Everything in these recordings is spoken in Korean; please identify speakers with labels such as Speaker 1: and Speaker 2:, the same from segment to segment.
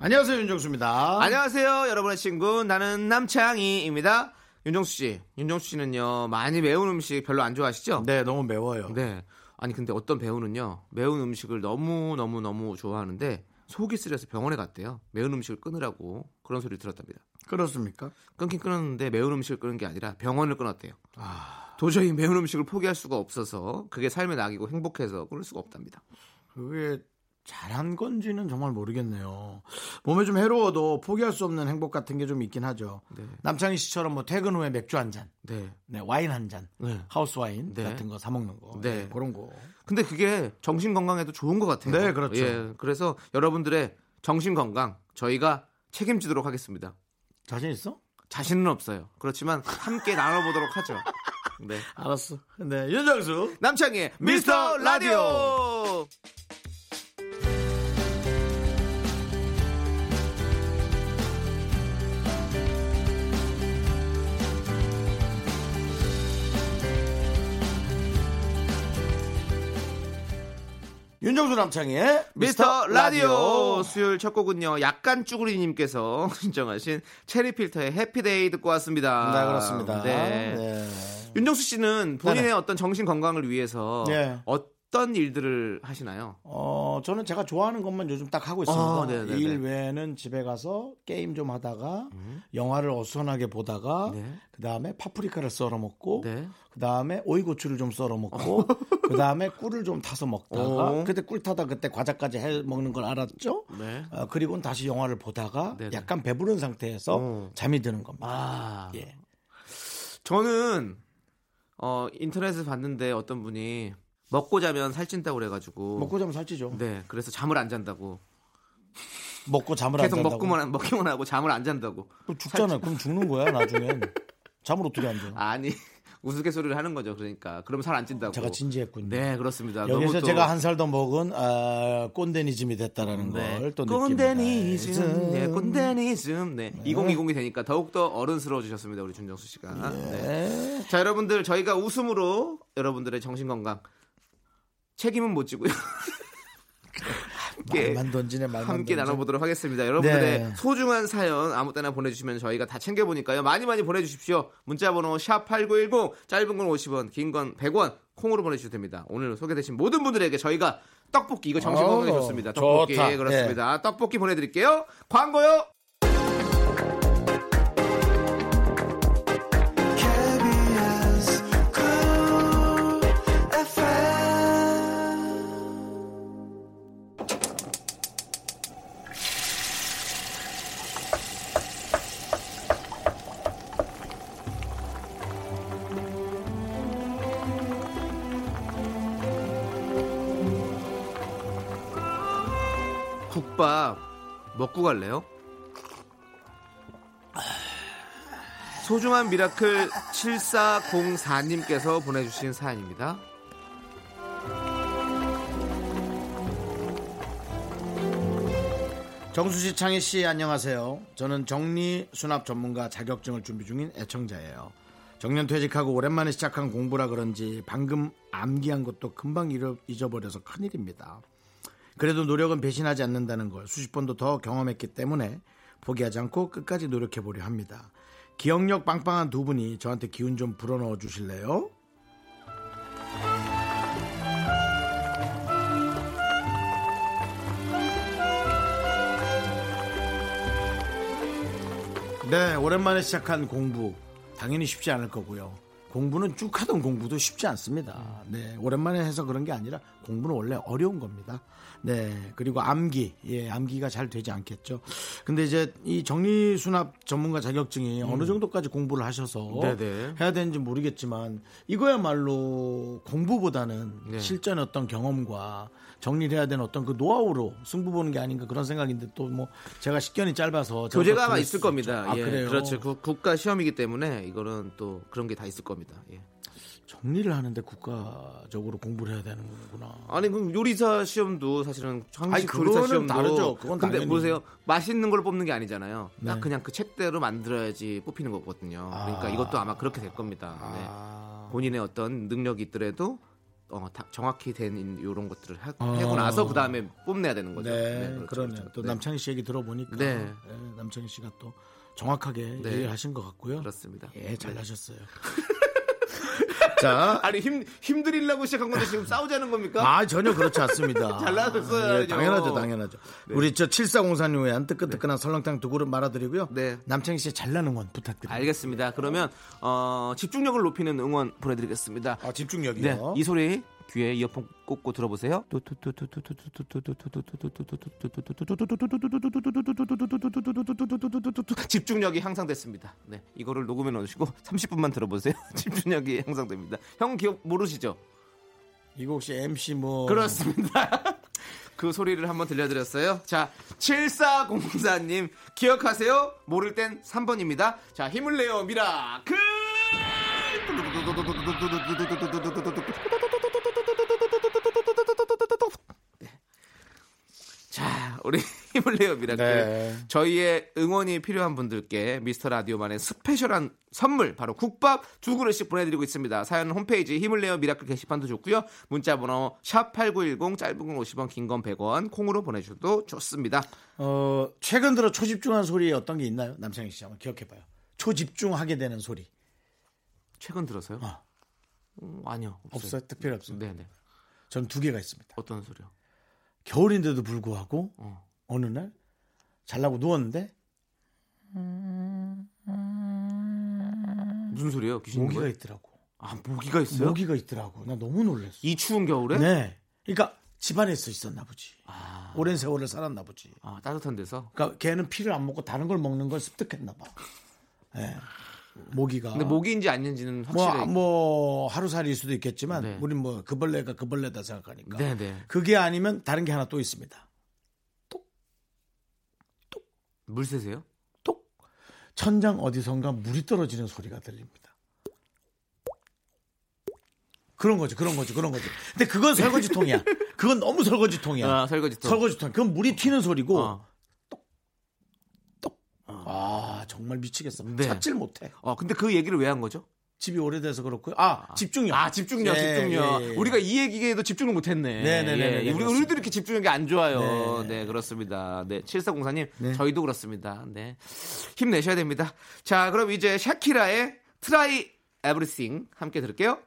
Speaker 1: 안녕하세요 윤정수입니다.
Speaker 2: 안녕하세요, 여러분의 친구 나는 남창희입니다. 윤정수 씨, 윤정수 씨는요 많이 매운 음식 별로 안 좋아하시죠?
Speaker 1: 네 너무 매워요.
Speaker 2: 네. 아니 근데 어떤 배우는요 매운 음식을 너무 너무 너무 좋아하는데 속이 쓰려서 병원에 갔대요. 매운 음식을 끊으라고 그런 소리를 들었답니다.
Speaker 1: 그렇습니까?
Speaker 2: 끊긴 끊었는데 매운 음식을 끊은 게 아니라 병원을 끊었대요.
Speaker 1: 아.
Speaker 2: 도저히 매운 음식을 포기할 수가 없어서 그게 삶의 낙이고 행복해서 끊을 수가 없답니다.
Speaker 1: 그게 잘한 건지는 정말 모르겠네요. 몸에 좀 해로워도 포기할 수 없는 행복 같은 게 좀 있긴 하죠. 남창희 씨처럼 뭐 퇴근 후에 맥주 한 잔,
Speaker 2: 네.
Speaker 1: 네, 와인 한 잔,
Speaker 2: 네.
Speaker 1: 하우스 와인
Speaker 2: 네.
Speaker 1: 같은 거 사 먹는 거,
Speaker 2: 네.
Speaker 1: 네, 그런 거.
Speaker 2: 근데 그게 정신 건강에도 좋은 것 같아요.
Speaker 1: 네, 그렇죠.
Speaker 2: 예, 그래서 여러분들의 정신 건강 저희가 책임지도록 하겠습니다.
Speaker 1: 자신 있어?
Speaker 2: 자신은 없어요. 그렇지만 함께 나눠보도록 하죠. 네.
Speaker 1: 알았어. 네, 윤정수.
Speaker 2: 남창희의 미스터 라디오!
Speaker 1: 윤정수 남창희의
Speaker 2: 미스터 라디오! 수요일 첫 곡은요, 약간 쭈구리님께서 신청하신 체리필터의 해피데이 듣고 왔습니다.
Speaker 1: 네, 그렇습니다.
Speaker 2: 네.
Speaker 1: 네.
Speaker 2: 윤정수 씨는 본인의
Speaker 1: 네네.
Speaker 2: 어떤 정신 건강을 위해서
Speaker 1: 네.
Speaker 2: 어떤 일들을 하시나요?
Speaker 1: 어, 저는 제가 좋아하는 것만 요즘 딱 하고
Speaker 2: 아,
Speaker 1: 있습니다.
Speaker 2: 네네네.
Speaker 1: 이 일 외에는 집에 가서 게임 좀 하다가 영화를 어수선하게 보다가
Speaker 2: 음. 네.
Speaker 1: 그다음에 파프리카를 썰어 먹고
Speaker 2: 네.
Speaker 1: 그다음에 오이고추를 좀 썰어 먹고 그다음에 꿀을 좀 타서 먹다가
Speaker 2: 어.
Speaker 1: 그때 꿀 타다 그때 과자까지 해 먹는 걸 알았죠.
Speaker 2: 네.
Speaker 1: 어, 그리고는 다시 영화를 보다가
Speaker 2: 네네.
Speaker 1: 약간 배부른 상태에서
Speaker 2: 어.
Speaker 1: 잠이 드는 겁니다.
Speaker 2: 아.
Speaker 1: 예.
Speaker 2: 저는 어 인터넷에서 봤는데 어떤 분이 먹고 자면 살찐다고 그래가지고
Speaker 1: 먹고 자면 살찌죠.
Speaker 2: 어. 네 그래서 잠을 안 잔다고
Speaker 1: 먹고 잠을 안
Speaker 2: 계속
Speaker 1: 잔다고.
Speaker 2: 먹기만 하- 먹기만 하고 잠을 안 잔다고
Speaker 1: 그럼 죽잖아요. 그럼 죽는 거야 나중엔. 잠을 어떻게 안 자요?
Speaker 2: 아니 우스갯소리를 하는 거죠 그러니까 그럼 살 안 찐다고
Speaker 1: 제가 진지했군요.
Speaker 2: 네 그렇습니다
Speaker 1: 여기서
Speaker 2: 너무 또-
Speaker 1: 제가 한 살 더 먹은 아, 꼰대니즘이 됐다라는
Speaker 2: 네.
Speaker 1: 걸 또 느낍니다. 예.
Speaker 2: 꼰대니즘, 네, 꼰대니즘, 네. 2020이 되니까 더욱더 어른스러워지셨습니다, 우리 준정수 씨가.
Speaker 1: 예.
Speaker 2: 네. 자, 여러분들, 저희가 웃음으로 여러분들의 정신건강, 책임은 못 지고요. 함께
Speaker 1: 말만 던지네 말만
Speaker 2: 함께
Speaker 1: 던져.
Speaker 2: 나눠보도록 하겠습니다. 여러분들의
Speaker 1: 네.
Speaker 2: 소중한 사연 아무 때나 보내주시면 저희가 다 챙겨보니까요. 많이 많이 보내주십시오. 문자번호 샵8910 짧은 건 50원 긴 건 100원 콩으로 보내주셔도 됩니다. 오늘 소개되신 모든 분들에게 저희가 떡볶이 이거 정신건강에
Speaker 1: 어,
Speaker 2: 좋습니다. 떡볶이
Speaker 1: 좋다. 네.
Speaker 2: 그렇습니다. 떡볶이 보내드릴게요. 광고요. 국밥 먹고 갈래요? 소중한 미라클 7404님께서 보내주신 사연입니다.
Speaker 1: 정수 씨, 창희 씨 안녕하세요. 저는 정리 수납 전문가 자격증을 준비 중인 애청자예요. 정년 퇴직하고 오랜만에 시작한 공부라 그런지 방금 암기한 것도 금방 잃어- 잊어버려서 큰일입니다. 그래도 노력은 배신하지 않는다는 걸 수십 번도 더 경험했기 때문에 포기하지 않고 끝까지 노력해 보려 합니다. 기억력 빵빵한 두 분이 저한테 기운 좀 불어넣어 주실래요? 네, 오랜만에 시작한 공부 당연히 쉽지 않을 거고요. 공부는 쭉 하던 공부도 쉽지 않습니다. 네, 오랜만에 해서 그런 게 아니라 공부는 원래 어려운 겁니다. 네, 그리고 암기, 예, 암기가 잘 되지 않겠죠. 근데 이제 이 정리 수납 전문가 자격증이 어느 정도까지 공부를 하셔서
Speaker 2: 음. 네네.
Speaker 1: 해야 되는지
Speaker 2: 네.
Speaker 1: 모르겠지만 이거야말로 공부보다는 실전 어떤 경험과 정리를 해야 되는 어떤 그 노하우로 승부 보는 게 아닌가 그런 생각인데 또 뭐 제가 식견이 짧아서 제가
Speaker 2: 교재가
Speaker 1: 또
Speaker 2: 아마
Speaker 1: 틀릴
Speaker 2: 있을
Speaker 1: 수
Speaker 2: 겁니다.
Speaker 1: 있죠. 아
Speaker 2: 예,
Speaker 1: 그래요.
Speaker 2: 그렇죠. 국- 국가 시험이기 때문에 이거는 또 그런 게 다 있을 겁니다. 예.
Speaker 1: 정리를 하는데 국가적으로 공부를 해야 되는 거구나.
Speaker 2: 아니 그럼 요리사 시험도 사실은
Speaker 1: 아니,
Speaker 2: 한식
Speaker 1: 그거는
Speaker 2: 요리사 시험도
Speaker 1: 다르죠. 그건
Speaker 2: 근데
Speaker 1: 당연히.
Speaker 2: 보세요 맛있는 걸 뽑는 게 아니잖아요.
Speaker 1: 네.
Speaker 2: 딱 그냥 그 책대로 만들어야지 뽑히는 거거든요. 그러니까 이것도 아마 그렇게 될 겁니다.
Speaker 1: 아.
Speaker 2: 네. 본인의 어떤 능력이 있더라도 어, 다- 정확히 된 이런 것들을 하,
Speaker 1: 아.
Speaker 2: 고 나서 그 다음에 뽐내야 되는 거죠.
Speaker 1: 네,
Speaker 2: 그렇죠,
Speaker 1: 그러네요.
Speaker 2: 그렇죠.
Speaker 1: 또
Speaker 2: 네,
Speaker 1: 남창희 씨 얘기 들어보니까
Speaker 2: 네.
Speaker 1: 예, 남창희 씨가 또 정확하게
Speaker 2: 네.
Speaker 1: 얘기를 하신 것 같고요.
Speaker 2: 그렇습니다. 네.
Speaker 1: 예, 잘하셨어요. 자,
Speaker 2: 아니 힘 힘들이려고 시작한 건데 지금 싸우자는 겁니까?
Speaker 1: 아 전혀 그렇지 않습니다.
Speaker 2: 잘라줬어야죠.
Speaker 1: 예, 당연하죠, 당연하죠.
Speaker 2: 네.
Speaker 1: 우리 저 칠사공사님의 뜨끈뜨끈한 설렁탕 두 그릇 말아드리고요.
Speaker 2: 네.
Speaker 1: 남창희 씨의 잘난 응원 부탁드립니다.
Speaker 2: 알겠습니다. 그러면 어, 집중력을 높이는 응원 보내드리겠습니다.
Speaker 1: 아,
Speaker 2: 네,
Speaker 1: 집중력이요.
Speaker 2: 이 소리 귀에 이어폰 꽂고 들어보세요. 집중력이 향상됐습니다. 네, 이거를 녹음해 놓으시고 30분만 들어보세요. 집중력이 향상됩니다. 형 기억 모르시죠?
Speaker 1: 이거 혹시 MC 뭐
Speaker 2: 그렇습니다. 그 소리를 한번 들려드렸어요. 자, 7404님 기억하세요? 모를 땐 3번입니다. 자, 힘을 내요 미라클! 네. 자, 우리 힘을 내요 미라클.
Speaker 1: 네.
Speaker 2: 저희의 응원이 필요한 분들께 미스터 라디오만의 스페셜한 선물 바로 국밥 두 그릇씩 보내드리고 있습니다. 사연은 홈페이지 힘을 내어 미라클 게시판도 좋고요. 문자번호 샵 #8910 짧은 건 50원, 긴 건 100원 콩으로 보내주셔도 좋습니다.
Speaker 1: 어, 최근 들어 초집중한 소리 어떤 게 있나요? 남창희 씨 한번 기억해봐요. 초집중하게 되는 소리
Speaker 2: 최근 들어서요?
Speaker 1: 어.
Speaker 2: 음, 아니요
Speaker 1: 없어요? 특별히 없어요.
Speaker 2: 네네
Speaker 1: 저는 두 개가 있습니다.
Speaker 2: 어떤 소리요?
Speaker 1: 겨울인데도 불구하고
Speaker 2: 어.
Speaker 1: 어. 느날 잘라고 누웠는데
Speaker 2: 무슨 소리요? 귀신
Speaker 1: 모기가
Speaker 2: 거예요?
Speaker 1: 있더라고.
Speaker 2: 아 모기가 있어요?
Speaker 1: 모기가 있더라고. 나 너무 놀랐어.
Speaker 2: 이 추운 겨울에?
Speaker 1: 네. 그러니까 집안에 있어 있었나 보지. 오랜 세월을 살았나 보지.
Speaker 2: 아 따뜻한 데서.
Speaker 1: 그러니까 걔는 피를 안 먹고 다른 걸 먹는 걸 습득했나 봐. 예. 모기가.
Speaker 2: 근데 모기인지 아닌지는
Speaker 1: 아. 뭐,
Speaker 2: 확실히.
Speaker 1: 뭐 하루살이일 수도 있겠지만
Speaker 2: 네.
Speaker 1: 우린 뭐 그벌레가 그벌레다 생각하니까.
Speaker 2: 네네
Speaker 1: 그게 아니면 다른 게 하나 또 있습니다.
Speaker 2: 물 새세요?
Speaker 1: 똑 천장 어디선가 물이 떨어지는 소리가 들립니다. 그런 거죠, 그런 거죠, 그런 거죠. 근데 그건 설거지통이야. 그건 너무 설거지통이야.
Speaker 2: 아 설거지통.
Speaker 1: 설거지통. 그건 물이 튀는 소리고
Speaker 2: 어.
Speaker 1: 똑. 아 정말 미치겠어.
Speaker 2: 네.
Speaker 1: 찾질 못해.
Speaker 2: 어 근데 그 얘기를 왜 한 거죠?
Speaker 1: 집이 오래돼서 그렇고요. 아 집중력.
Speaker 2: 아 집중력
Speaker 1: 예,
Speaker 2: 집중력
Speaker 1: 예, 예.
Speaker 2: 우리가 이 얘기에도 집중을 못했네
Speaker 1: 네네네네,
Speaker 2: 예,
Speaker 1: 네,
Speaker 2: 우리
Speaker 1: 그렇습니다.
Speaker 2: 우리도 이렇게 집중력이 안 좋아요
Speaker 1: 네.
Speaker 2: 네, 그렇습니다 네 칠사공사님
Speaker 1: 네.
Speaker 2: 저희도 그렇습니다 네 힘내셔야 됩니다 자 그럼 이제 샤키라의 트라이 에브리싱 함께 들을게요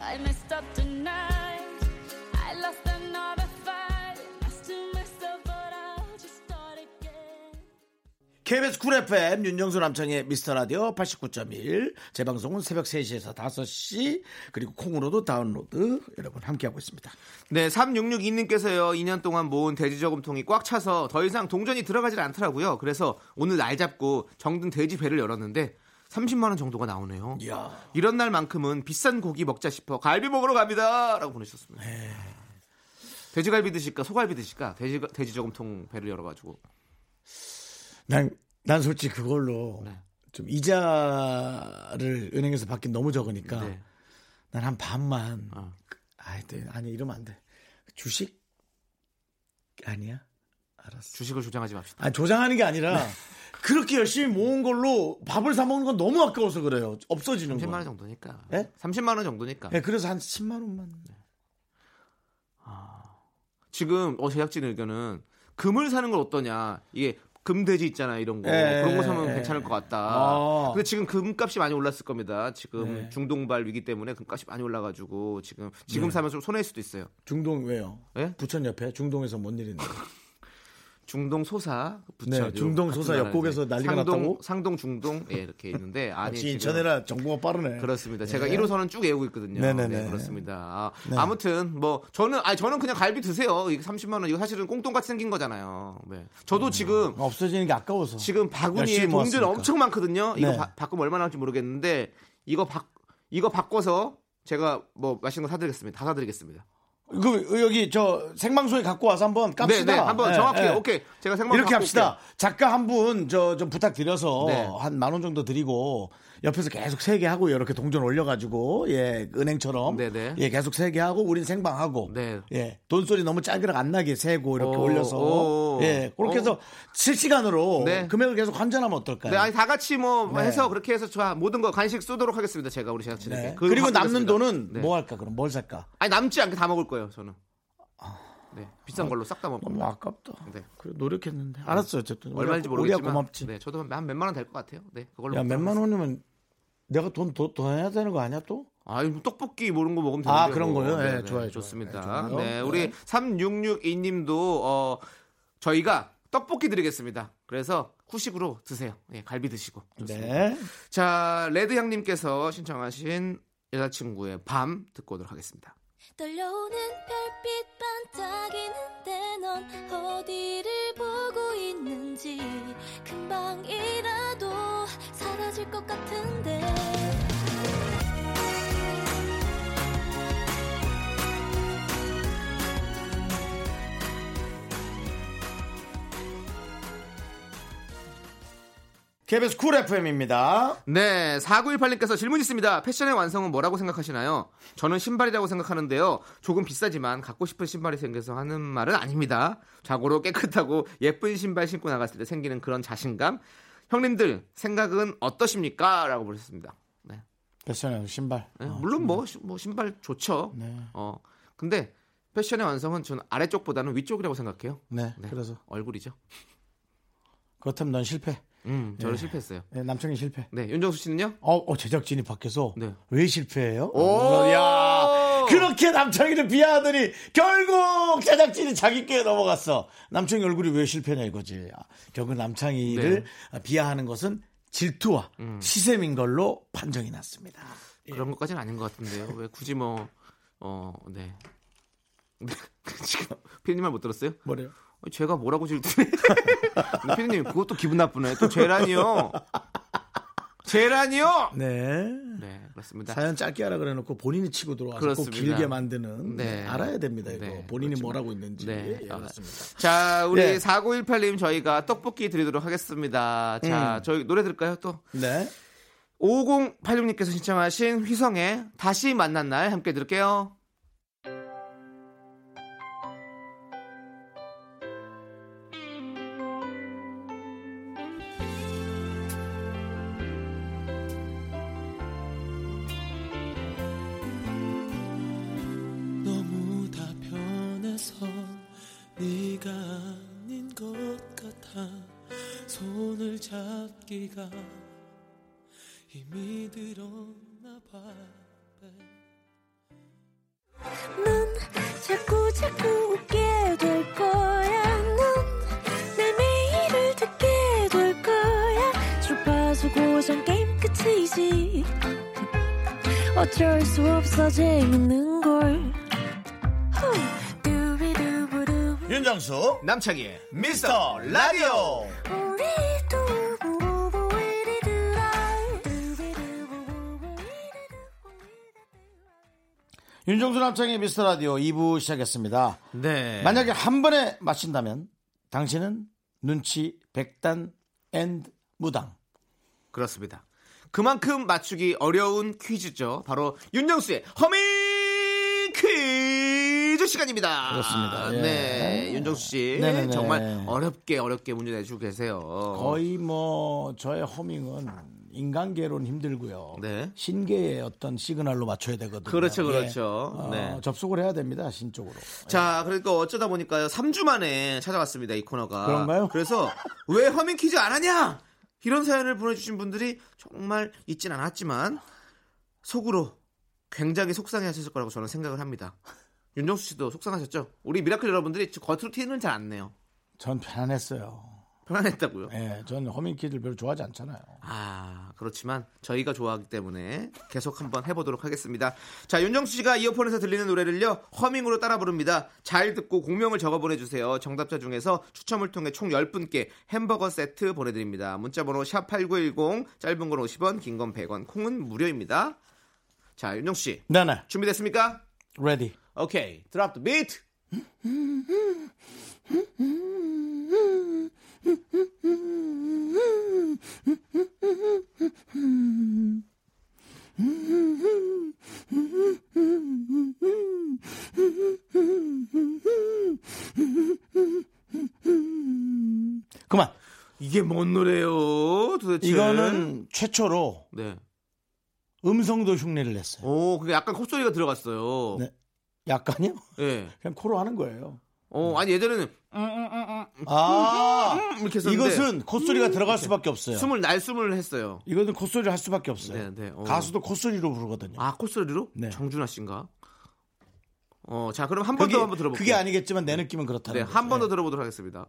Speaker 3: I messed up tonight. I lost another fight. Nice to myself, but I'll just start again.
Speaker 1: KBS 쿨 FM 윤정수 남창의 미스터 라디오 89.1 재방송은 새벽 3시에서 5시 그리고 콩으로도 다운로드 여러분 함께하고 있습니다.
Speaker 2: 네, 3662님께서요, 2년 동안 모은 돼지 저금통이 꽉 차서 더 이상 동전이 들어가질 않더라고요. 그래서 오늘 날 잡고 정든 돼지 배를 열었는데, 30만원 정도가 나오네요.
Speaker 1: 이야.
Speaker 2: 이런 날만큼은 비싼 고기 먹자 싶어 갈비 먹으러 갑니다! 라고 보내셨습니다.
Speaker 1: 네.
Speaker 2: 돼지갈비 드실까, 소갈비 드실까, 돼지, 돼지 저금통 배를 열어가지고.
Speaker 1: 난, 난 솔직히 그걸로
Speaker 2: 네.
Speaker 1: 좀 이자를 은행에서 받긴 너무 적으니까
Speaker 2: 네.
Speaker 1: 난 한 반만
Speaker 2: 어.
Speaker 1: 아이, 네. 아니 이러면 안 돼. 주식? 아니야. 알았어.
Speaker 2: 주식을 조장하지 맙시다.
Speaker 1: 아 조장하는 게 아니라
Speaker 2: 네.
Speaker 1: 그렇게 열심히 모은 걸로 밥을 사 먹는 건 너무 아까워서 그래요. 없어지는
Speaker 2: 30만원
Speaker 1: 거.
Speaker 2: 정도니까.
Speaker 1: 네?
Speaker 2: 30만원 정도니까.
Speaker 1: 뭐. 예, 그래서 한 10만 원만.
Speaker 2: 네. 지금 어 제작진 의견은 금을 사는 건 어떠냐 이게 금돼지 있잖아 이런 거뭐
Speaker 1: 예,
Speaker 2: 그런 거 사면
Speaker 1: 예.
Speaker 2: 괜찮을 것 같다.
Speaker 1: 아.
Speaker 2: 근데 지금 금값이 많이 올랐을 겁니다. 지금
Speaker 1: 네.
Speaker 2: 중동발 위기 때문에 금값이 많이 올라가지고 지금 지금 사면 좀 손해일 수도 있어요.
Speaker 1: 중동 왜요?
Speaker 2: 예?
Speaker 1: 부천 옆에 중동에서 뭔 일인데?
Speaker 2: 중동 소사 부처.
Speaker 1: 네,
Speaker 2: 요
Speaker 1: 중동 소사
Speaker 2: 같은
Speaker 1: 옆곡에서
Speaker 2: 나라인데
Speaker 1: 난리가
Speaker 2: 상동,
Speaker 1: 났다고?
Speaker 2: 상동 중동 예, 이렇게 있는데 아니
Speaker 1: 역시
Speaker 2: 지금
Speaker 1: 인천이라 정보가 빠르네.
Speaker 2: 그렇습니다. 제가
Speaker 1: 예.
Speaker 2: 1호선은 쭉 외우고 있거든요.
Speaker 1: 네네네.
Speaker 2: 네, 그렇습니다. 아,
Speaker 1: 네.
Speaker 2: 무튼뭐 저는 아니 저는 그냥 갈비 드세요. 이거 30만 원 이거 사실은 꽁돈같이 생긴 거잖아요. 네. 저도
Speaker 1: 음.
Speaker 2: 지금
Speaker 1: 없어지는 게 아까워서.
Speaker 2: 지금
Speaker 1: 열심히
Speaker 2: 바구니에 돈들
Speaker 1: 모았으니까.
Speaker 2: 엄청 많거든요.
Speaker 1: 네.
Speaker 2: 이거 바, 바꾸면 얼마나 할지 모르겠는데 이거 바 이거 바꿔서 제가 뭐 맛있는 거 사드리겠습니다. 다 사드리겠습니다.
Speaker 1: 그 여기 저 생방송에 갖고 와서 한번 깝시다.
Speaker 2: 네, 네, 한번
Speaker 1: 예,
Speaker 2: 정확히
Speaker 1: 예.
Speaker 2: 오케이. 제가 생방
Speaker 1: 이렇게 합시다. 작가 한 분 저 좀 부탁드려서
Speaker 2: 네.
Speaker 1: 한 만 원 정도 드리고 옆에서 계속 세게 하고 이렇게 동전 올려가지고 예 은행처럼
Speaker 2: 네네.
Speaker 1: 예 계속 세게 하고 우린 생방하고
Speaker 2: 네.
Speaker 1: 예 돈소리 너무 짜그락 안 나게 세고 이렇게
Speaker 2: 오,
Speaker 1: 올려서
Speaker 2: 오, 오.
Speaker 1: 예 그렇게 해서
Speaker 2: 오.
Speaker 1: 실시간으로
Speaker 2: 네.
Speaker 1: 금액을 계속 환전하면 어떨까요?
Speaker 2: 네, 아니 다 같이 뭐
Speaker 1: 네.
Speaker 2: 해서 그렇게 해서 저 모든 거 간식 쏘도록 하겠습니다. 제가 우리 제작진에게.
Speaker 1: 네.
Speaker 2: 그거
Speaker 1: 그리고 남는
Speaker 2: 바꾸겠습니다.
Speaker 1: 돈은
Speaker 2: 네.
Speaker 1: 뭐 할까 그럼 뭘 살까?
Speaker 2: 아니 남지 않게 다 먹을 거예요. 저는. 네, 비싼 걸로 싹 다 먹을
Speaker 1: 너무
Speaker 2: 겁니다.
Speaker 1: 아. 아깝다.
Speaker 2: 네.
Speaker 1: 그래 노력했는데 알았어 어쨌든
Speaker 2: 얼마인지
Speaker 1: 우리가-
Speaker 2: 모르겠지만.
Speaker 1: 우리가 고맙지.
Speaker 2: 네, 저도 한 몇만 원 될 것 같아요. 네, 그걸로.
Speaker 1: 야
Speaker 2: 먹도록
Speaker 1: 몇만
Speaker 2: 하겠습니다.
Speaker 1: 원이면 내가 돈 더 해야 되는 거 아니야 또?
Speaker 2: 아유, 뭐 떡볶이 뭐 이런 거 먹으면 되는데.
Speaker 1: 아, 그런 거요? 예, 좋아요, 좋아요. 네,
Speaker 2: 좋습니다.
Speaker 1: 좋아요.
Speaker 2: 네, 우리 3662님도 어 저희가 떡볶이 드리겠습니다. 그래서 후식으로 드세요. 예, 갈비 드시고. 좋습니다.
Speaker 1: 네.
Speaker 2: 자, 레드향님께서 신청하신 여자친구의 밤 듣고 오도록 하겠습니다.
Speaker 3: 떨려오는 별빛 반짝이는데 넌 어디를 보고 있는지 금방이라도 사라질 것 같은데
Speaker 1: KBS 쿨 FM입니다.
Speaker 2: 네, 4918님께서 질문 있습니다. 패션의 완성은 뭐라고 생각하시나요? 저는 신발이라고 생각하는데요. 조금 비싸지만 갖고 싶은 신발이 생겨서 하는 말은 아닙니다. 자고로 깨끗하고 예쁜 신발 신고 나갔을 때 생기는 그런 자신감. 형님들, 생각은 어떠십니까? 라고 물으셨습니다. 네.
Speaker 1: 패션의 신발.
Speaker 2: 네,
Speaker 1: 어.
Speaker 2: 물론 뭐, 시- 뭐 신발 좋죠.
Speaker 1: 네.
Speaker 2: 어, 근데 패션의 완성은 저는 아래쪽보다는 위쪽이라고 생각해요.
Speaker 1: 네.
Speaker 2: 네.
Speaker 1: 그래서
Speaker 2: 얼굴이죠.
Speaker 1: 그렇다면 넌 실패.
Speaker 2: 음, 저는 실패했어요.
Speaker 1: 네, 남청이 실패.
Speaker 2: 네, 윤정수 씨는요?
Speaker 1: 어, 어, 제작진이 밖에서
Speaker 2: 네.
Speaker 1: 왜 실패해요?
Speaker 2: 오!
Speaker 1: 야 그렇게 남청이를 비하하더니 결국 제작진이 자기 께 넘어갔어. 남청이 얼굴이 왜 실패냐 이거지. 아, 결국 남창이를
Speaker 2: 네.
Speaker 1: 비하하는 것은 질투와
Speaker 2: 음.
Speaker 1: 시샘인 걸로 판정이 났습니다.
Speaker 2: 그런 것까지는 아닌 것 같은데요. 왜 굳이 뭐, 어, 네. 네, 지금 피디님 말 못 들었어요?
Speaker 1: 뭐래요?
Speaker 2: 어, 제가 뭐라고 질투해? 피디님, 그것도 기분 나쁘네. 또 재란이요. 재란이요!
Speaker 1: 네.
Speaker 2: 네, 그렇습니다.
Speaker 1: 사연 짧게 하라 그래놓고 본인이 치고 들어와서
Speaker 2: 그렇습니다.
Speaker 1: 꼭 길게 만드는
Speaker 2: 네.
Speaker 1: 네, 알아야 됩니다 이거
Speaker 2: 네,
Speaker 1: 본인이
Speaker 2: 그렇지만.
Speaker 1: 뭐라고 있는지
Speaker 2: 네.
Speaker 1: 예, 그렇습니다.
Speaker 2: 자, 우리
Speaker 1: 네.
Speaker 2: 4918님 저희가 떡볶이 드리도록 하겠습니다.
Speaker 1: 음.
Speaker 2: 자, 저희 노래 들을까요, 또?
Speaker 1: 네
Speaker 2: 5086님께서 신청하신 휘성의 다시 만난 날 함께 들을게요.
Speaker 4: 너무 다 변해서 네가 아닌 것 같아 손을 잡기가 힘이 들었나 봐
Speaker 3: 넌 자꾸 자꾸 웃게 될 거야 넌내 매일을 듣게 될 거야 주파수 고정 게임 끝이지 어쩔 수 없어 재밌는 걸 후. 두비두부두.
Speaker 1: 윤정수
Speaker 2: 남창희의
Speaker 1: 미스터 라디오
Speaker 3: 우리 두부부부 우리 두라. 두비두부부부 우리 두부부부.
Speaker 1: 윤정수 남창의 미스터 라디오 2부 시작했습니다.
Speaker 2: 네.
Speaker 1: 만약에 한 번에 마신다면 당신은 눈치 백단 앤드 무당
Speaker 2: 그렇습니다. 그만큼 맞추기 어려운 퀴즈죠. 바로 윤정수의 허밍 퀴즈 시간입니다.
Speaker 1: 그렇습니다. 예.
Speaker 2: 네, 윤정수 씨
Speaker 1: 네네네.
Speaker 2: 정말 어렵게 어렵게 문제 내주고 계세요.
Speaker 1: 거의
Speaker 2: 어.
Speaker 1: 뭐 저의 허밍은 인간계로는 힘들고요.
Speaker 2: 네.
Speaker 1: 신계의 어떤 시그널로 맞춰야 되거든요.
Speaker 2: 그렇죠,
Speaker 1: 예.
Speaker 2: 그렇죠.
Speaker 1: 어,
Speaker 2: 네.
Speaker 1: 접속을 해야 됩니다 신 쪽으로.
Speaker 2: 자, 그러니까 어쩌다 보니까요. 3주 만에 찾아왔습니다. 이 코너가.
Speaker 1: 그런가요?
Speaker 2: 그래서 왜 허밍 퀴즈 안 하냐? 이런 사연을 보내주신 분들이 정말 있진 않았지만 속으로 굉장히 속상해 하셨을 거라고 저는 생각을 합니다. 윤정수 씨도 속상하셨죠? 우리 미라클 여러분들이 저 겉으로 티는 잘 안 내요.
Speaker 1: 전 편안했어요.
Speaker 2: 편안했다고요.
Speaker 1: 예, 전 허밍키들 별로 좋아하지 않잖아요.
Speaker 2: 아 그렇지만 저희가 좋아하기 때문에 계속 한번 해보도록 하겠습니다. 자 윤정수 씨가 이어폰에서 들리는 노래를요 허밍으로 따라 부릅니다. 잘 듣고 공명을 적어 보내주세요. 정답자 중에서 추첨을 통해 총 10분께 햄버거 세트 보내드립니다. 문자번호 샵8910 짧은 건 50원 긴 건 100원 콩은 무료입니다. 자 윤정수 씨
Speaker 1: 네네,
Speaker 2: 준비됐습니까?
Speaker 1: 레디.
Speaker 2: 오케이 드랍 더 비트
Speaker 1: 그만.
Speaker 2: 이게 뭔 노래예요 도대체
Speaker 1: 이거는 최초로
Speaker 2: 네.
Speaker 1: 음성도 흉내를 냈어요.
Speaker 2: 오, 그게 약간 콧소리가 들어갔어요.
Speaker 1: 네. 약간요?
Speaker 2: 예.
Speaker 1: 그냥 코로 하는 거예요.
Speaker 2: 어, 아니 예전에는
Speaker 1: 아,
Speaker 2: 이렇게 했었는데
Speaker 1: 이것은 콧소리가 들어갈 수밖에 없어요.
Speaker 2: 숨을 날숨을 했어요.
Speaker 1: 이거는 콧소리를 할 수밖에 없어요.
Speaker 2: 네, 네, 어.
Speaker 1: 가수도 콧소리로 부르거든요.
Speaker 2: 아, 콧소리로?
Speaker 1: 네.
Speaker 2: 정준하 씨인가? 어, 자, 그럼 한 번
Speaker 1: 그게,
Speaker 2: 더 한번 들어볼게요.
Speaker 1: 그게 아니겠지만 내 느낌은 그렇다는
Speaker 2: 네,
Speaker 1: 거죠.
Speaker 2: 한 번 더 들어보도록 하겠습니다.
Speaker 1: 더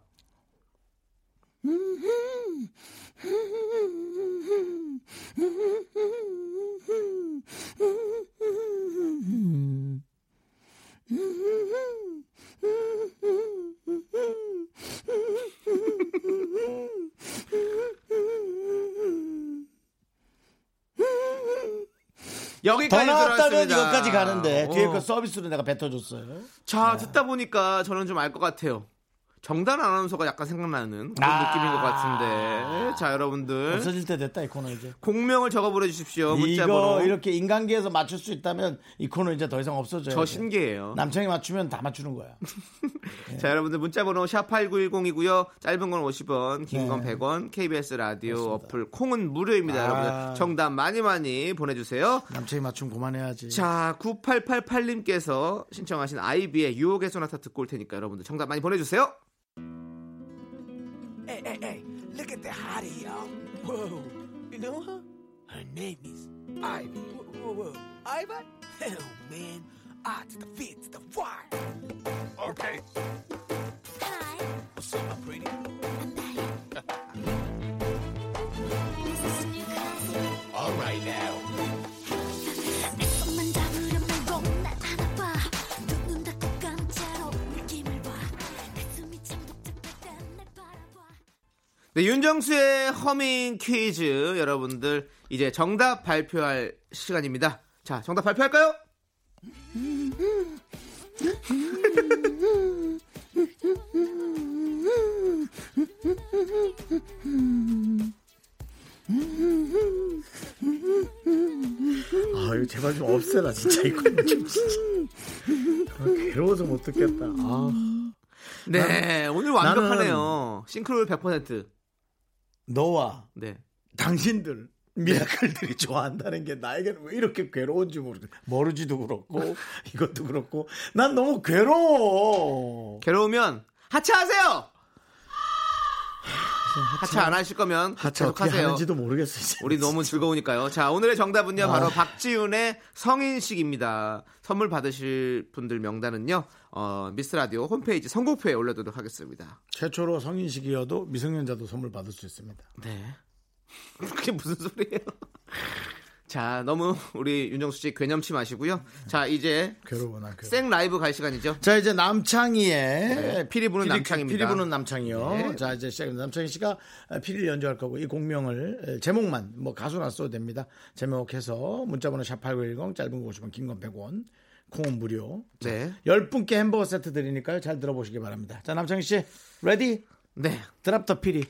Speaker 2: 여기까지
Speaker 1: 나왔다면
Speaker 2: 들어왔습니다.
Speaker 1: 이것까지 가는데 뒤에
Speaker 2: 어. 네?
Speaker 1: 거 서비스로 내가 뱉어줬어요.
Speaker 2: 자
Speaker 1: 네.
Speaker 2: 듣다 보니까 저는 좀 알 것 같아요. 정단 아나운서가 약간 생각나는 그런
Speaker 1: 아.
Speaker 2: 느낌인 것 같은데. 자 여러분들
Speaker 1: 없어질 때 됐다 이 코너 이제.
Speaker 2: 공명을 적어
Speaker 1: 이거
Speaker 2: 보내주십시오. 그 문자번호
Speaker 1: 이렇게 인간계에서 맞출 수 있다면 이 코너 이제 더 이상 없어져요.
Speaker 2: 저 신기해요.
Speaker 1: 남창이 맞추면 다 맞추는 거야.
Speaker 2: 자 여러분들 문자번호 샵 #8910이고요. 짧은 건 50원, 긴 건
Speaker 1: 네.
Speaker 2: 100원. KBS 라디오 어플 콩은 무료입니다.
Speaker 1: 아.
Speaker 2: 여러분들 정답 많이 많이 보내주세요.
Speaker 1: 남창이 맞춤 그만해야지.
Speaker 2: 자 9888님께서 신청하신 아이비의 유혹의 소나타 듣고 올 테니까 여러분들 정답 많이 보내주세요.
Speaker 4: Hey, hey, hey, look at the hottie, y'all. Whoa. You know her? Her name is Ivy. Whoa, whoa, whoa. Ivy? Hell, man. I to the fit, to the fire. Okay.
Speaker 3: Hi,
Speaker 4: What's up, my pretty?
Speaker 3: I'm Patty. This is a new classic.
Speaker 4: All right now.
Speaker 3: 손만 잡으려 물고 날 안아봐. 눈 닫고 감자로 느낌을 봐. 가슴이 창독적할 땐날 바라봐.
Speaker 2: 네, 윤정수의 허밍 퀴즈 여러분들 이제 정답 발표할 시간입니다. 자, 정답 발표할까요?
Speaker 1: 아, 이거 제발 좀 없애라 진짜 이거 좀 진짜. 아, 괴로워서 못 듣겠다. 아.
Speaker 2: 네, 오늘 완벽하네요. 싱크로율 100%.
Speaker 1: 너와
Speaker 2: 네.
Speaker 1: 당신들 미라클들이 좋아한다는 게 나에게는 왜 이렇게 괴로운지 모르겠어. 모르지도 그렇고 이것도 그렇고 난 너무 괴로워.
Speaker 2: 괴로우면 하차하세요. 하차 안 하실 거면
Speaker 1: 하차
Speaker 2: 계속
Speaker 1: 어떻게
Speaker 2: 하세요.
Speaker 1: 하는지도 모르겠어. 아. 이제.
Speaker 2: 우리 너무 즐거우니까요. 자, 오늘의 정답은요. 바로 박지윤의 성인식입니다. 선물 받으실 분들 명단은요. 어, 미스 라디오 홈페이지 선곡표에 올려두도록 하겠습니다.
Speaker 1: 최초로 성인식이어도 미성년자도 선물 받을 수 있습니다.
Speaker 2: 네. 그게 무슨 소리예요? 자, 너무 우리 윤정수 씨 괴념치 마시고요. 자, 이제
Speaker 1: 괴로워 난 괴로워.
Speaker 2: 생 라이브 갈 시간이죠.
Speaker 1: 자 이제 남창희의
Speaker 2: 네. 피리 부는 남창희입니다.
Speaker 1: 피리 부는 남창이요.
Speaker 2: 네.
Speaker 1: 자 이제 시작입니다. 남창희 씨가 어, 피리를 연주할 거고 이 공명을 에, 제목만 뭐 가수나 써도 됩니다. 제목해서 문자번호 샵8910 짧은 거 50원 긴 건 100원 콩은 무료.
Speaker 2: 네.
Speaker 1: 10분께 햄버거 세트 드리니까요. 잘 들어보시기 바랍니다. 자 남창희 씨 레디
Speaker 2: 네.
Speaker 1: 드랍 더 피리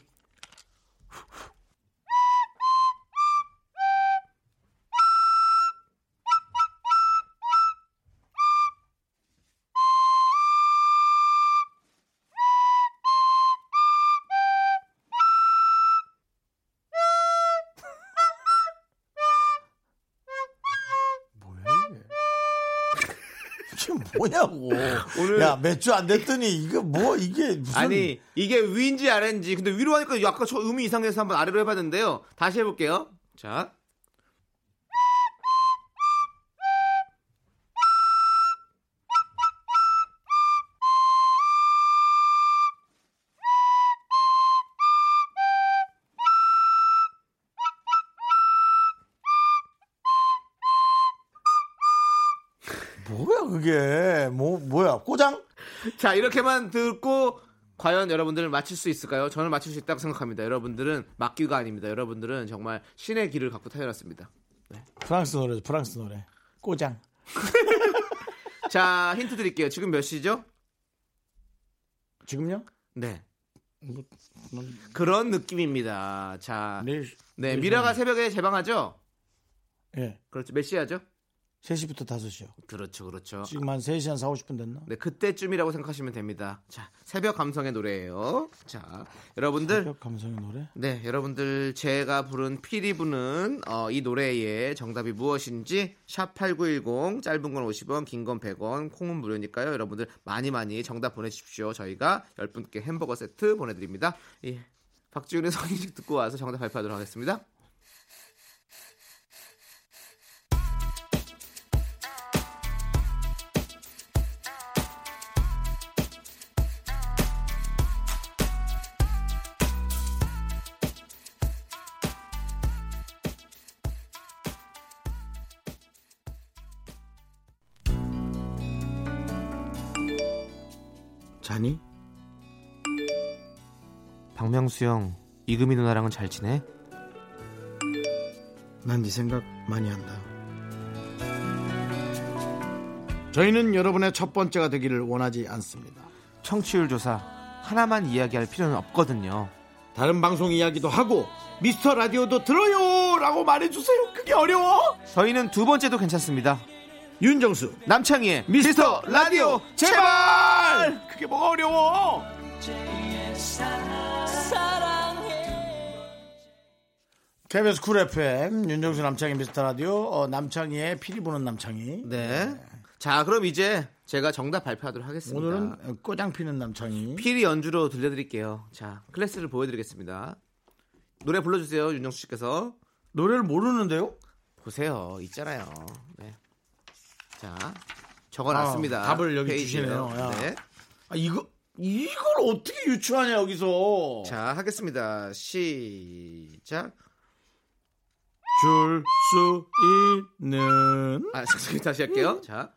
Speaker 1: 뭐야 이게 이게 뭐냐고
Speaker 2: 오늘-
Speaker 1: 야 몇 주 안 됐더니 이거 뭐 이게 무슨
Speaker 2: 아니, 이게 위인지 아래인지. 근데 위로 하니까 약간 저 음이 이상해서 한번 아래로 해 봤는데요. 다시 해 볼게요. 자.
Speaker 1: 그게 뭐 뭐야 꼬장?
Speaker 2: 자 이렇게만 듣고 과연 여러분들은 맞힐 수 있을까요? 저는 맞힐 수 있다고 생각합니다. 여러분들은 막귀가 아닙니다. 여러분들은 정말 신의 길을 갖고 태어났습니다.
Speaker 1: 프랑스 노래죠 프랑스 노래 꼬장.
Speaker 2: 자 힌트 드릴게요. 지금 몇 시죠?
Speaker 1: 지금요?
Speaker 2: 네. 그런 느낌입니다. 자,
Speaker 1: 내일
Speaker 2: 네 미라가 새벽에 재방하죠?
Speaker 1: 예
Speaker 2: 그렇죠. 몇 시야죠?
Speaker 1: 3시부터 5시요.
Speaker 2: 그렇죠, 그렇죠.
Speaker 1: 지금 한 3시 한 4, 50분 됐나?
Speaker 2: 네 그때쯤이라고 생각하시면 됩니다. 자 새벽 감성의 노래예요. 자 여러분들
Speaker 1: 새벽 감성의 노래.
Speaker 2: 네, 여러분들 제가 부른 피리 부는 어, 이 노래의 정답이 무엇인지 샵 8910 짧은 건 50원, 긴 건 100원, 콩은 무료니까요. 여러분들 많이 많이 정답 보내 주십시오. 저희가 10분께 햄버거 세트 보내 드립니다. 예. 박지훈의 성인식 듣고 와서 정답 발표하도록 하겠습니다.
Speaker 1: 자니?
Speaker 2: 박명수 형, 이금희 누나랑은 잘 지내?
Speaker 1: 난 네 생각 많이 한다. 저희는 여러분의 첫 번째가 되기를 원하지 않습니다.
Speaker 2: 청취율 조사 하나만 이야기할 필요는 없거든요.
Speaker 1: 다른 방송 이야기도 하고 미스터 라디오도 들어요라고 말해주세요. 그게 어려워.
Speaker 2: 저희는 두 번째도 괜찮습니다.
Speaker 1: 윤정수
Speaker 2: 남창희의
Speaker 1: 미스터 라디오 제발 그게 뭐가 어려워 KBS 쿨 FM 윤정수 남창희 미스터 라디오 어, 남창희의 피리 보는 남창희
Speaker 2: 네. 자, 그럼 이제 제가 정답 발표하도록 하겠습니다.
Speaker 1: 오늘은 어, 꼬장 피는 남창희
Speaker 2: 피리 연주로 들려드릴게요. 자, 클래스를 보여드리겠습니다. 노래 불러주세요, 윤정수 씨께서.
Speaker 1: 노래를 모르는데요?
Speaker 2: 보세요, 있잖아요. 네. 자, 적어놨습니다.
Speaker 1: 아, 답을 여기
Speaker 2: 페이지에요.
Speaker 1: 주시네요. 야.
Speaker 2: 네.
Speaker 1: 아, 이거 이걸 어떻게 유추하냐 여기서
Speaker 2: 자, 하겠습니다. 시작.
Speaker 1: 줄 수 있는
Speaker 2: 아, 죄송해요. 다시
Speaker 1: 음.
Speaker 2: 할게요. 자,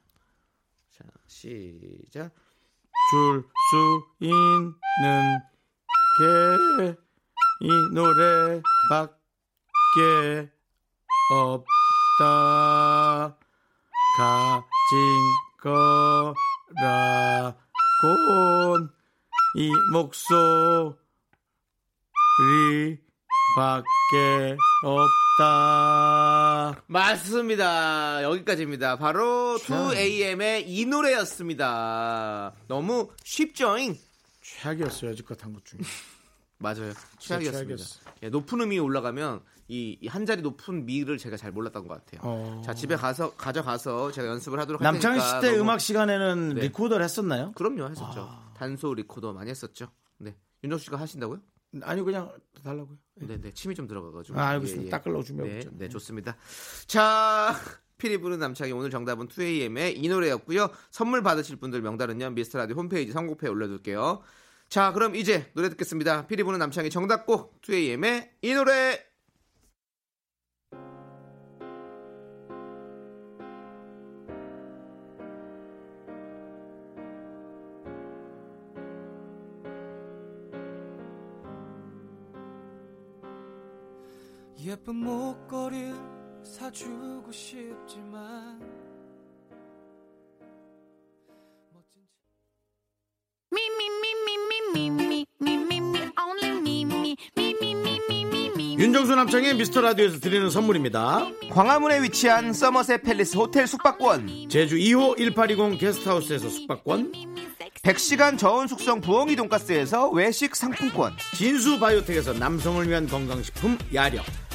Speaker 2: 자, 시작.
Speaker 1: 줄 수 있는 게 이 노래밖에 없다 가진 거라곤 이 목소리밖에 없다
Speaker 2: 맞습니다. 여기까지입니다. 바로
Speaker 1: 참.
Speaker 2: 2AM의 이 노래였습니다. 너무 쉽죠잉?
Speaker 1: 최악이었어요 여지껏 한 것 중에
Speaker 2: 맞아요.
Speaker 1: 진짜
Speaker 2: 최악이었습니다.
Speaker 1: 최악이었어.
Speaker 2: 예, 높은 음이 올라가면 이 한 자리 높은 미를 제가 잘 몰랐던 것 같아요.
Speaker 1: 어.
Speaker 2: 자 집에 가서 가져가서 제가 연습을 하도록 할
Speaker 1: 남창희
Speaker 2: 테니까
Speaker 1: 씨 때
Speaker 2: 그러니까 너무-
Speaker 1: 음악 아. 시간에는
Speaker 2: 네.
Speaker 1: 리코더를 했었나요?
Speaker 2: 그럼요 했었죠. 단소 리코더 많이 했었죠. 네 윤정수 씨가 하신다고요?
Speaker 1: 아니 그냥 달라고요
Speaker 2: 네, 네 침이 좀 들어가가지고.
Speaker 1: 아, 알고 있습니다. 딱 끌러 준비하고
Speaker 2: 네,
Speaker 1: 있죠.
Speaker 2: 네, 좋습니다. 자, 피리 부른 남창이 오늘 정답은 2AM의 이 노래였고요. 선물 받으실 분들 명단은요 미스터 라디오 홈페이지 선곡표에 올려둘게요. 자, 그럼 이제 노래 듣겠습니다. 피리 부른 남창이 정답곡 2AM의 이 노래.
Speaker 5: 예쁜 목걸이 사주고 싶지만 멋진
Speaker 3: Me, me, me, me, me, me, me, me, me, me, only me, me, me, me, me, me, me, me.
Speaker 1: 윤정수 남창의 미스터 라디오에서 드리는 선물입니다.
Speaker 2: 광화문에 위치한 서머셋 팰리스 호텔 숙박권,
Speaker 1: 제주 2호 1820 게스트하우스에서 숙박권,
Speaker 2: 100시간 저온 숙성 부엉이 돈가스에서 외식 상품권,
Speaker 1: 진수 바이오텍에서 남성을 위한 건강식품 야력,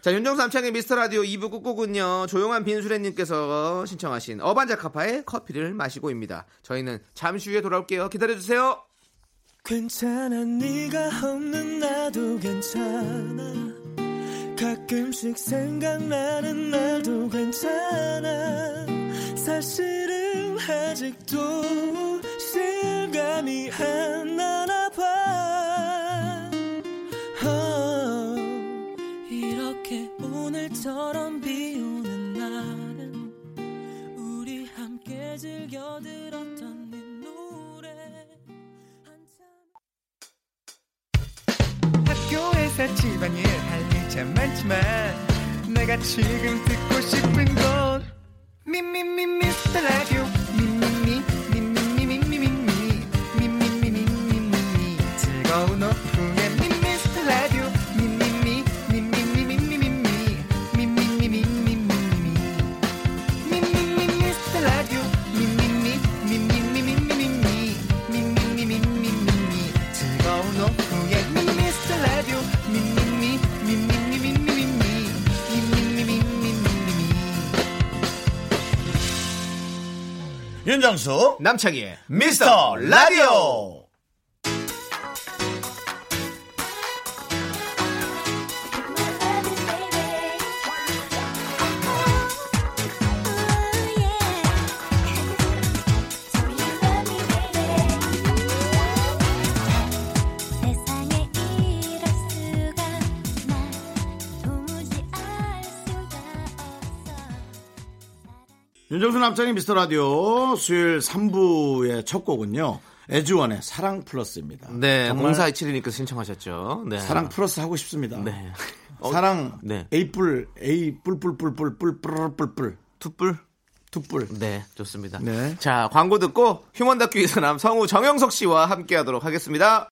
Speaker 2: 자, 윤정수 남창의 미스터 라디오 2부 꾹꾹은요, 조용한 빈수레님께서 신청하신 어반자카파의 커피를 마시고입니다. 저희는 잠시 후에 돌아올게요. 기다려주세요.
Speaker 5: 괜찮아 네가 없는 나도 괜찮아 가끔씩 생각나는 나도 괜찮아 사실은 아직도 실감이 안 나나 봐 어, 이렇게 오늘처럼 비오는 날은 우리 함께 즐겨 들었던 이 노래 한참
Speaker 6: 학교에서 집안일 할 일 참 많지만 내가 지금 듣고 싶은 건 미미미 미스터 라디오 미미미 미미미 미미미 미미미 미미미 즐거운 오후에 미스터 라디오 미미미 미미미 미미미 미미미 미미미
Speaker 1: 윤정수
Speaker 2: 남창희의
Speaker 1: 미스터 라디오
Speaker 3: 세상에 이럴 수가 난 도무지 알 수가 없어
Speaker 1: 윤정수 남창의 미스터 라디오 수요일 3부의 첫 곡은요. 에즈원의 사랑 플러스입니다.
Speaker 2: 네,
Speaker 1: 정말
Speaker 2: 공사 27이니까 신청하셨죠. 네.
Speaker 1: 사랑 플러스 하고 싶습니다.
Speaker 2: 네.
Speaker 1: 사랑
Speaker 2: 네.
Speaker 1: 에이뿔 에이 뿔뿔뿔뿔뿔뿔뿔뿔
Speaker 2: 투뿔.
Speaker 1: 투뿔
Speaker 2: 네, 좋습니다.
Speaker 1: 네.
Speaker 2: 자, 광고 듣고 휴먼 다큐 이사람 성우 정영석 씨와 함께 하도록 하겠습니다.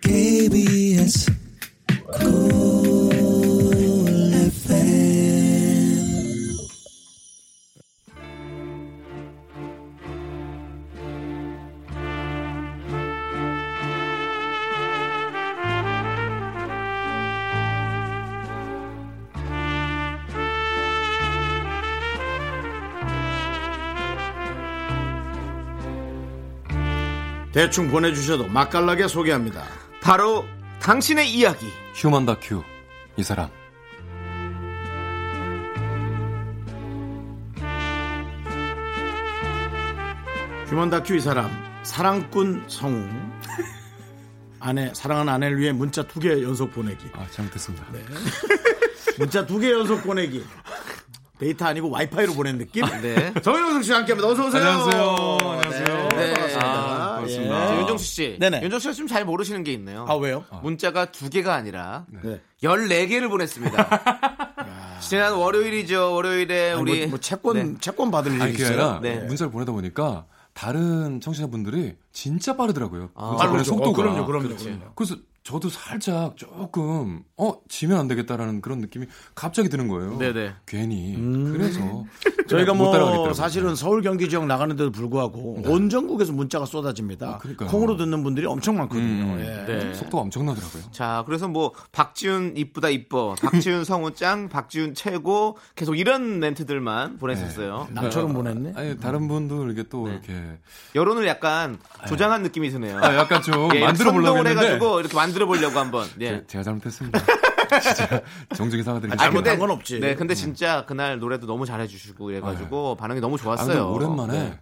Speaker 5: KBS
Speaker 1: 대충 보내주셔도 맛깔나게 소개합니다.
Speaker 2: 바로 당신의 이야기.
Speaker 7: 휴먼 다큐 이 사람
Speaker 1: 휴먼 다큐 이 사람 사랑꾼 성우 아내 사랑하는 아내를 위해 문자 두 개 연속 보내기 네.
Speaker 7: 아 잘못했습니다
Speaker 1: 문자 두 개 연속 보내기 데이터 아니고 와이파이로 보낸 느낌?
Speaker 2: 네.
Speaker 1: 정영석 씨와 함께합니다. 어서 오세요.
Speaker 7: 안녕하세요. 안녕하세요.
Speaker 1: 네, 반갑습니다.
Speaker 7: 아, 반갑습니다.
Speaker 1: 예.
Speaker 7: 아.
Speaker 2: 윤정수 씨.
Speaker 1: 네네.
Speaker 2: 윤정수 씨가 좀 잘 모르시는 게 있네요.
Speaker 1: 아 왜요?
Speaker 2: 문자가 두 개가 아니라
Speaker 1: 네.
Speaker 2: 14개를 보냈습니다. 지난 월요일이죠. 월요일에
Speaker 1: 아니,
Speaker 2: 우리
Speaker 1: 뭐, 뭐 채권
Speaker 2: 네.
Speaker 1: 채권 받을 일이
Speaker 7: 아니 그게
Speaker 1: 있어요.
Speaker 7: 아니라
Speaker 2: 네.
Speaker 7: 문자를 보내다 보니까 다른 청취자분들이 진짜 빠르더라고요
Speaker 2: 아,
Speaker 7: 문자 보내
Speaker 1: 빠르죠.
Speaker 7: 속도가
Speaker 1: 어, 그럼요, 그럼요, 그럼요.
Speaker 7: 그래서 저도 살짝 조금 어 지면 안 되겠다라는 그런 느낌이 갑자기 드는 거예요
Speaker 2: 네네. 음.
Speaker 7: 괜히 그래서
Speaker 1: 저희가
Speaker 7: 못
Speaker 1: 뭐
Speaker 7: 따라가겠더라고요. 네.
Speaker 1: 사실은 서울 경기 지역 나가는데도 불구하고 온 전국에서 문자가 쏟아집니다.
Speaker 7: 아, 그러니까요.
Speaker 1: 콩으로 듣는 분들이 엄청 많거든요.
Speaker 7: 음.
Speaker 1: 예.
Speaker 2: 네.
Speaker 7: 속도가 엄청나더라고요
Speaker 2: 자, 그래서 뭐 박지훈 이쁘다 이뻐, 박지훈 성우 짱, 박지훈 최고 계속 이런 멘트들만 보냈었어요.
Speaker 1: 남처럼 보냈네.
Speaker 7: 아니 다른 분도 이게 또
Speaker 2: 네.
Speaker 7: 이렇게
Speaker 2: 여론을 약간 조장한 느낌이 드네요.
Speaker 7: 아, 약간 좀
Speaker 2: 예,
Speaker 7: 만들어 보려고
Speaker 2: 선동을
Speaker 7: 했는데
Speaker 2: 해가지고 이렇게 만들어 보려고 한번. 예.
Speaker 7: 제- 제가 잘못했습니다 진짜 정중히 사과드리겠습니다
Speaker 2: 아, 근데-
Speaker 1: 잘못한 건 없지.
Speaker 2: 네,
Speaker 7: 음.
Speaker 2: 근데 진짜 그날 노래도 너무 잘해주시고 이래가지고 반응이 너무
Speaker 7: 아, 근데
Speaker 2: 좋았어요.
Speaker 7: 오랜만에
Speaker 2: 네.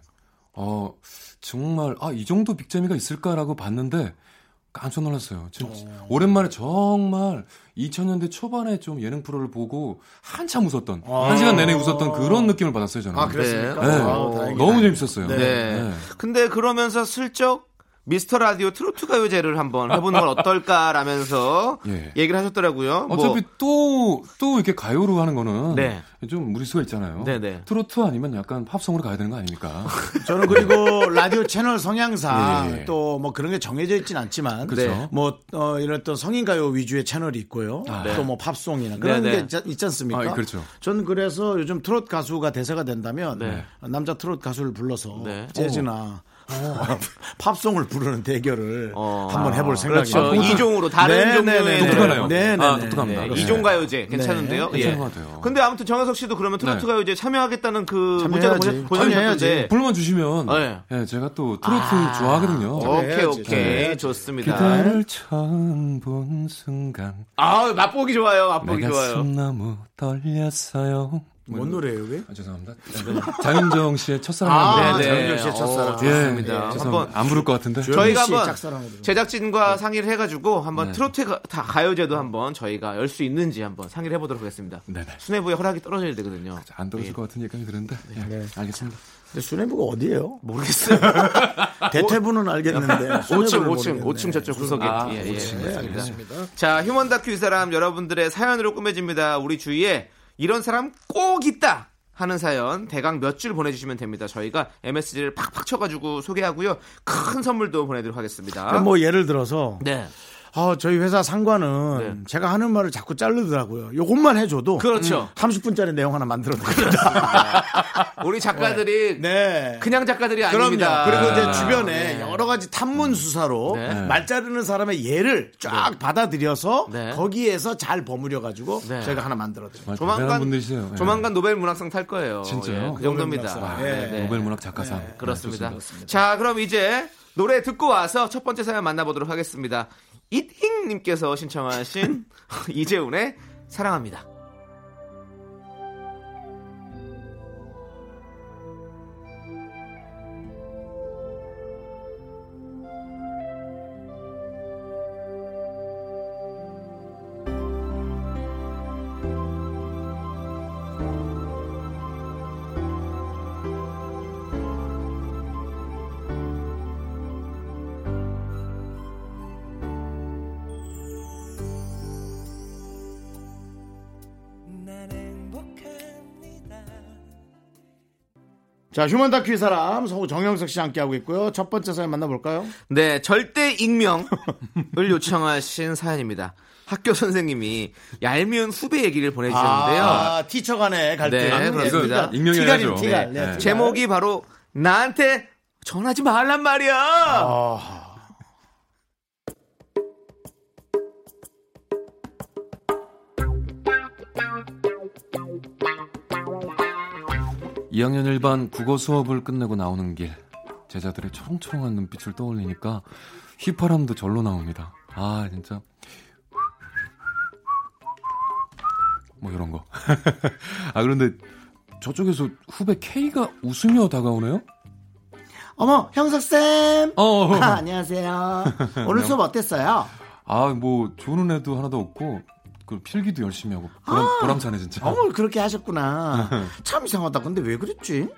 Speaker 7: 어 정말 아 이 정도 빅재미가 있을까라고 봤는데 깜짝 놀랐어요. 진- 오랜만에 정말 2000년대 초반에 좀 예능 프로를 보고 한참 웃었던
Speaker 2: 아.
Speaker 7: 한 시간 내내 웃었던 그런 느낌을 받았어요 저는.
Speaker 1: 아 그랬습니까?
Speaker 7: 네.
Speaker 1: 아, 다행이다.
Speaker 7: 너무 재밌었어요.
Speaker 1: 네.
Speaker 2: 네. 근데 그러면서 슬쩍 미스터 라디오 트로트 가요제를 한번 해보는 건 어떨까라면서
Speaker 7: 예.
Speaker 2: 얘기를 하셨더라고요. 뭐,
Speaker 7: 어차피 또 또 이렇게 가요로 하는 거는
Speaker 2: 네.
Speaker 7: 좀 무리수가 있잖아요.
Speaker 2: 네네.
Speaker 7: 트로트 아니면 약간 팝송으로 가야 되는 거 아닙니까?
Speaker 1: 저는 그리고 라디오 채널 성향상
Speaker 7: 네. 예, 예.
Speaker 1: 또 뭐 그런 게 정해져 있진 않지만
Speaker 7: 그쵸.
Speaker 2: 네.
Speaker 1: 뭐 어, 이런 어떤 성인 가요 위주의 채널이 있고요. 또 뭐 팝송이나 그런
Speaker 2: 아, 네, 네.
Speaker 1: 게 있, 있지 않습니까?
Speaker 7: 아, 그렇죠.
Speaker 1: 저는 그래서 요즘 트롯 가수가 대세가 된다면 남자 트롯 가수를 불러서
Speaker 2: 네.
Speaker 1: 재즈나 팝송을 부르는 대결을
Speaker 2: 어.
Speaker 1: 한번 해볼 생각이에요.
Speaker 2: 그렇죠. 이종으로 다른
Speaker 1: 네, 네, 네,
Speaker 2: 종류의
Speaker 1: 네.
Speaker 7: 독특하네요.
Speaker 1: 네, 네,
Speaker 7: 아,
Speaker 1: 네.
Speaker 7: 독특합니다.
Speaker 2: 네,
Speaker 7: 그렇습니다.
Speaker 2: 이종 가요제 괜찮은데요? 예.
Speaker 1: 네,
Speaker 7: 괜찮은 것 같아요.
Speaker 2: 근데 아무튼 정현석 씨도 그러면 트로트
Speaker 7: 네.
Speaker 2: 가요제 참여하겠다는 그
Speaker 1: 참여해야지.
Speaker 2: 문자가 보내- 보내주셨는데
Speaker 1: 참여해야지.
Speaker 7: 불만 주시면
Speaker 2: 네. 어,
Speaker 7: 예, 제가 또 트로트 좋아하거든요.
Speaker 2: 오케이
Speaker 1: 해야지.
Speaker 2: 오케이
Speaker 1: 해야지.
Speaker 2: 좋습니다.
Speaker 7: 그대를 처음 본 순간
Speaker 2: 아 맛보기 좋아요
Speaker 7: 내
Speaker 2: 맛보기 좋아요.
Speaker 7: 가슴 너무 떨렸어요.
Speaker 1: 뭔
Speaker 2: 뭐.
Speaker 1: 노래예요, 그게?
Speaker 7: 아, 죄송합니다. 장윤정 씨의
Speaker 2: 아,
Speaker 7: 첫사랑.
Speaker 2: 네,
Speaker 1: 장윤정
Speaker 2: 네.
Speaker 1: 씨의 첫사랑.
Speaker 2: 어,
Speaker 7: 예,
Speaker 2: 좋습니다.
Speaker 7: 예,
Speaker 2: 한번
Speaker 7: 죄송합니다. 안 부를 것 같은데.
Speaker 2: 저희가
Speaker 1: 조현민 씨
Speaker 2: 한번
Speaker 1: 짝사랑으로.
Speaker 2: 제작진과 상의를 해가지고 한번
Speaker 7: 네.
Speaker 2: 트로트 가, 다 가요제도 한번 저희가 열 수 있는지 한번 상의를 해보도록 하겠습니다.
Speaker 7: 네네. 아,
Speaker 2: 수뇌부의 허락이 떨어져야 되거든요.
Speaker 7: 안 떨어질
Speaker 2: 네.
Speaker 7: 것 같은 예감이 드는데. 예, 알겠습니다.
Speaker 1: 근데 수뇌부가 어디예요?
Speaker 2: 모르겠어요.
Speaker 1: 대퇴부는 알겠는데.
Speaker 2: 5층,
Speaker 1: 수뇌부를
Speaker 2: 5층,
Speaker 1: 모르겠네.
Speaker 2: 5층 저쪽 구석에. 예, 예,
Speaker 1: 네,
Speaker 2: 알겠습니다.
Speaker 1: 알겠습니다.
Speaker 2: 자, 휴먼 다큐 이 사람 여러분들의 사연으로 꾸며집니다. 우리 주위에 이런 사람 꼭 있다 하는 사연 대강 몇 줄 보내주시면 됩니다. 저희가 MSG를 팍팍 쳐가지고 소개하고요. 큰 선물도 보내드리도록 하겠습니다.
Speaker 1: 뭐 예를 들어서
Speaker 2: 네.
Speaker 1: 아, 저희 회사 상관은 제가 하는 말을 자꾸 자르더라고요. 요것만 해줘도 음,
Speaker 2: 그렇죠.
Speaker 1: 30분짜리 내용 하나 만들어 드립니다.
Speaker 2: 우리 작가들이
Speaker 1: 네.
Speaker 2: 그냥 작가들이
Speaker 1: 그럼요.
Speaker 2: 아닙니다.
Speaker 1: 그리고 이제
Speaker 2: 아,
Speaker 1: 주변에 여러 가지 탐문 수사로
Speaker 2: 네.
Speaker 1: 말 자르는 사람의 예를 쫙 받아들여서
Speaker 2: 네.
Speaker 1: 거기에서 잘 버무려 가지고
Speaker 2: 네.
Speaker 1: 저희가 하나 만들어 드립니다.
Speaker 7: 조만간
Speaker 2: 조만간
Speaker 7: 분들이세요. 예.
Speaker 2: 조만간 노벨 문학상 탈 거예요.
Speaker 7: 진짜요?
Speaker 2: 예, 그 정도입니다.
Speaker 1: 문학상.
Speaker 2: 네,
Speaker 1: 예.
Speaker 2: 네.
Speaker 7: 노벨 문학 작가상.
Speaker 2: 그렇습니다.
Speaker 7: 네, 좋습니다.
Speaker 2: 자, 그럼 이제 노래 듣고 와서 첫 번째 사연 만나보도록 하겠습니다. 이팅님께서 신청하신 이재훈의 사랑합니다.
Speaker 5: 난 행복합니다
Speaker 1: 자, 휴먼 다큐 이 사람 성우 정영석 씨 함께 하고 있고요. 첫 번째 사연 만나 볼까요?
Speaker 2: 네, 절대 익명을 요청하신 사연입니다. 학교 선생님이 얄미운 후배 얘기를 보내주셨는데요.
Speaker 1: 아, 티처 간의 갈등.
Speaker 2: 네,
Speaker 1: 예,
Speaker 2: 그렇습니다.
Speaker 1: 티가-
Speaker 7: 익명이라
Speaker 1: 티갈이죠.
Speaker 7: 하죠.
Speaker 1: 티갈.
Speaker 2: 네.
Speaker 1: 네, 티갈.
Speaker 2: 제목이 바로 나한테 전하지 말란 말이야.
Speaker 7: 아. 이학년 1반 국어 수업을 끝내고 나오는 길 제자들의 초롱초롱한 눈빛을 떠올리니까 휘파람도 절로 나옵니다. 아 진짜 뭐 이런 거. 아 그런데 저쪽에서 후배 K가 웃으며 다가오네요.
Speaker 1: 어머, 형석쌤.
Speaker 7: 어.
Speaker 1: 아, 안녕하세요. 오늘 수업 어땠어요?
Speaker 7: 아뭐 좋은 애도 하나도 없고 그 필기도 열심히 하고 보람, 보람차네 진짜.
Speaker 1: 아. 어머, 그렇게 하셨구나. 참 이상하다. 근데 왜 그랬지?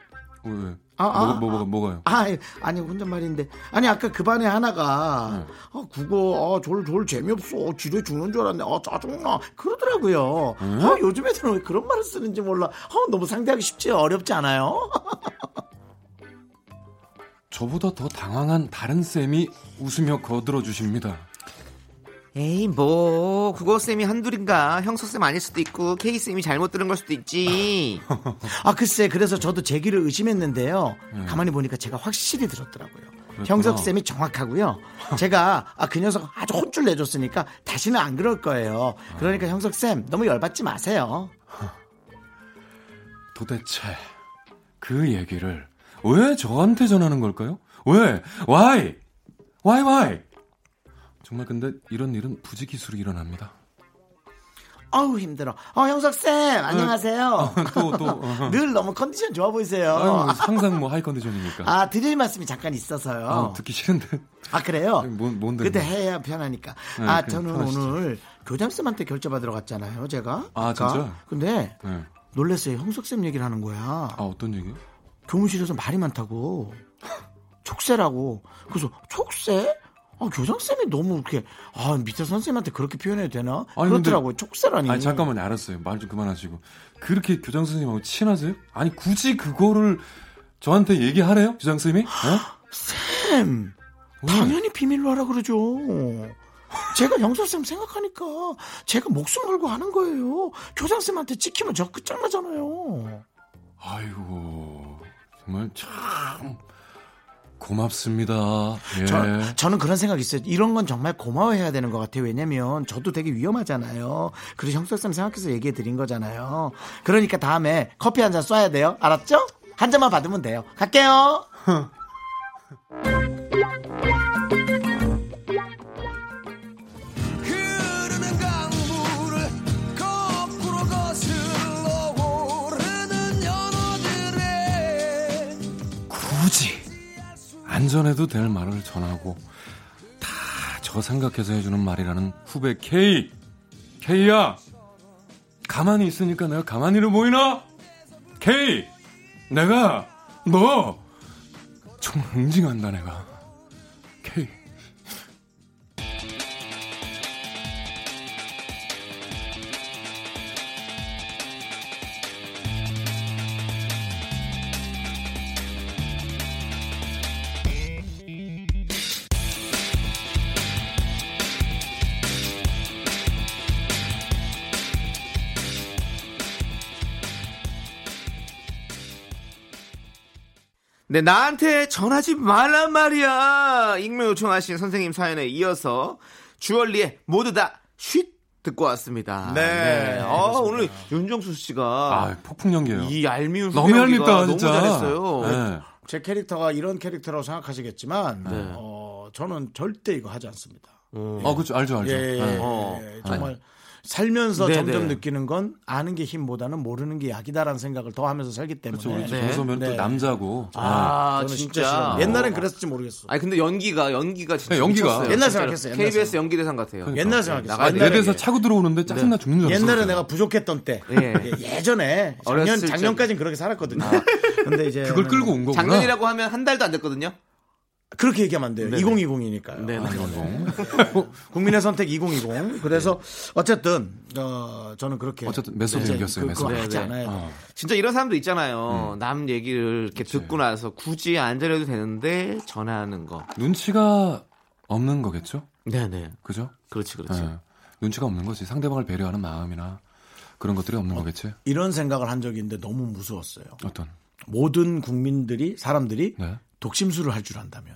Speaker 7: 왜, 왜?
Speaker 1: 아, 아,
Speaker 7: 뭐, 뭐, 뭐, 가요
Speaker 1: 아, 아니 혼잣말인데 아니 아까 그 반에 하나가 아, 국어 아, 졸, 졸 재미없어 지뢰 죽는 줄 알았네 아 짜증나 그러더라고요 아, 요즘 애들은 왜 그런 말을 쓰는지 몰라 아, 너무 상대하기 쉽지 어렵지 않아요?
Speaker 7: 저보다 더 당황한 다른 쌤이 웃으며 거들어 주십니다.
Speaker 2: 에이 뭐 국어 쌤이 한둘인가 형석 쌤 아닐 수도 있고 K 쌤이 잘못 들은 걸 수도 있지.
Speaker 1: 아 글쎄 그래서 저도 제 귀를 의심했는데요 가만히 보니까 제가 확실히 들었더라고요 형석쌤이 정확하고요 제가 아, 그 녀석 아주 혼쭐 내줬으니까 다시는 안 그럴 거예요 그러니까 형석쌤 너무 열받지 마세요
Speaker 7: 도대체 그 얘기를 왜 저한테 전하는 걸까요? 왜? Why? Why why? 정말 근데 이런 일은 부지기수로 일어납니다.
Speaker 1: 어우 힘들어. 어 형석쌤 안녕하세요.
Speaker 7: 또 또. 어.
Speaker 1: 늘 너무 컨디션 좋아
Speaker 7: 아유,
Speaker 1: 보이세요.
Speaker 7: 항상 뭐 하이 컨디션이니까.
Speaker 1: 아 드릴 말씀이 잠깐 있어서요.
Speaker 7: 어, 듣기 싫은데.
Speaker 1: 아 그래요?
Speaker 7: 뭔 뭔데?
Speaker 1: 그때
Speaker 7: 뭐.
Speaker 1: 해야 편하니까.
Speaker 7: 네,
Speaker 1: 아
Speaker 7: 그냥
Speaker 1: 저는
Speaker 7: 편하시죠.
Speaker 1: 오늘 교장쌤한테 결제 받으러 갔잖아요. 제가.
Speaker 7: 아,
Speaker 1: 아까.
Speaker 7: 진짜?
Speaker 1: 근데
Speaker 7: 네.
Speaker 1: 놀랬어요. 형석쌤 얘기를 하는 거야.
Speaker 7: 아 어떤 얘기?
Speaker 1: 교무실에서 말이 많다고. 촉새라고. 그래서 촉새? 아, 교장쌤이 너무 이렇게, 아, 밑에 선생님한테 그렇게 표현해도 되나?
Speaker 7: 아니, 근데-
Speaker 1: 그렇더라고요. 촉새라니.
Speaker 7: 아니 잠깐만요. 알았어요. 말 좀 그만하시고. 그렇게 교장 선생님하고 친하세요? 아니 굳이 그거를 저한테 얘기하래요? 교장 선생님이? 어? 음.
Speaker 1: 쌤! 당연히 비밀로 하라 그러죠. 제가 영서쌤 생각하니까 제가 목숨 걸고 하는 거예요. 교장쌤한테 찍히면 저 끝장나잖아요.
Speaker 7: 아이고 정말 참 고맙습니다. 예.
Speaker 1: 저, 저는 그런 생각 있어요. 이런 건 정말 고마워해야 되는 것 같아요. 왜냐면 저도 되게 위험하잖아요. 그래서 형석쌤 생각해서 얘기해 드린 거잖아요. 그러니까 다음에 커피 한 잔 쏴야 돼요. 알았죠? 한 잔만 받으면 돼요. 갈게요.
Speaker 5: 흐르는 강물을 거꾸로 거슬러 오르는 연어들의
Speaker 7: 굳이 안전해도 될 말을 전하고 다 저 생각해서 해주는 말이라는 후배 K K야 가만히 있으니까 내가 가만히로 보이나 K 내가 너 정말 응징한다 내가 K
Speaker 2: 네, 나한테 전하지 말란 말이야. 익명 요청하신 선생님 사연에 이어서 주얼리의 모두 다 쉿! 듣고 왔습니다.
Speaker 1: 네,
Speaker 2: 아, 오늘 윤정수 씨가
Speaker 7: 아 폭풍 연기예요
Speaker 2: 이 얄미운
Speaker 7: 너무
Speaker 2: 후배연기가
Speaker 7: 얄밉다 진짜
Speaker 2: 너무 잘했어요.
Speaker 7: 네.
Speaker 1: 제 캐릭터가 이런 캐릭터라고 생각하시겠지만
Speaker 2: 네.
Speaker 1: 어, 저는 절대 이거 하지 않습니다.
Speaker 7: 어 그죠 알죠
Speaker 1: 예,
Speaker 7: 알죠
Speaker 1: 예,
Speaker 7: 네.
Speaker 2: 어.
Speaker 1: 예, 정말 살면서
Speaker 2: 네,
Speaker 1: 점점
Speaker 2: 네.
Speaker 1: 느끼는 건 아는 게 힘보다는 모르는 게 약이다라는 생각을 더 하면서 살기 때문에
Speaker 7: 그렇죠 우리
Speaker 2: 네.
Speaker 7: 정소면
Speaker 1: 네.
Speaker 7: 또 남자고
Speaker 2: 아,
Speaker 1: 저는 진짜,
Speaker 2: 진짜.
Speaker 1: 싫어요. 옛날엔 그랬을지 모르겠어.
Speaker 2: 아니, 근데 연기가, 연기가 진짜.
Speaker 7: 네, 연기가.
Speaker 2: 미쳤어요,
Speaker 1: 옛날
Speaker 2: 진짜로.
Speaker 1: 생각했어요, 옛날
Speaker 2: KBS 연기대상 같아요.
Speaker 7: 그러니까.
Speaker 1: 옛날
Speaker 2: 나가야 네.
Speaker 1: 생각했어.
Speaker 7: 내 대사
Speaker 2: 그
Speaker 7: 차고 들어오는데 짜증나 죽는 줄 알았어
Speaker 1: 옛날에 내가 부족했던 때
Speaker 2: 예.
Speaker 1: 예. 전에 작년
Speaker 2: 어렸을
Speaker 1: 작년까진 그렇게 살았거든요. 근데 이제
Speaker 7: 아.
Speaker 1: 음,
Speaker 7: 그걸 끌고 온 거구나
Speaker 2: 작년이라고 하면 한 달도 안 됐거든요.
Speaker 1: 그렇게 얘기하면 안 돼요. 2020이니까요.
Speaker 2: 네, 네.
Speaker 7: 뭐.
Speaker 1: 국민의 선택 2020. 그래서 어쨌든 어, 저는 그렇게
Speaker 7: 네. 어쨌든 메소드
Speaker 1: 이제
Speaker 7: 얘기였어요,
Speaker 1: 그- 그거
Speaker 7: 메소드.
Speaker 1: 하지
Speaker 2: 네, 네.
Speaker 1: 않아야 돼.
Speaker 2: 진짜 이런 사람도 있잖아요.
Speaker 7: 음.
Speaker 2: 남 얘기를 이렇게 듣고 나서 굳이 안 전해도 되는데 전하는 거.
Speaker 7: 눈치가 없는 거겠죠
Speaker 2: 네네.
Speaker 7: 그죠
Speaker 2: 그렇지, 그렇지.
Speaker 7: 예. 눈치가 없는 거지. 상대방을 배려하는 마음이나 그런 것들이 없는 거겠지.
Speaker 1: 이런 생각을 한 적이 있는데 너무 무서웠어요.
Speaker 7: 어떤?
Speaker 1: 모든 국민들이 사람들이
Speaker 7: 네.
Speaker 1: 독심술을 할 줄 안다면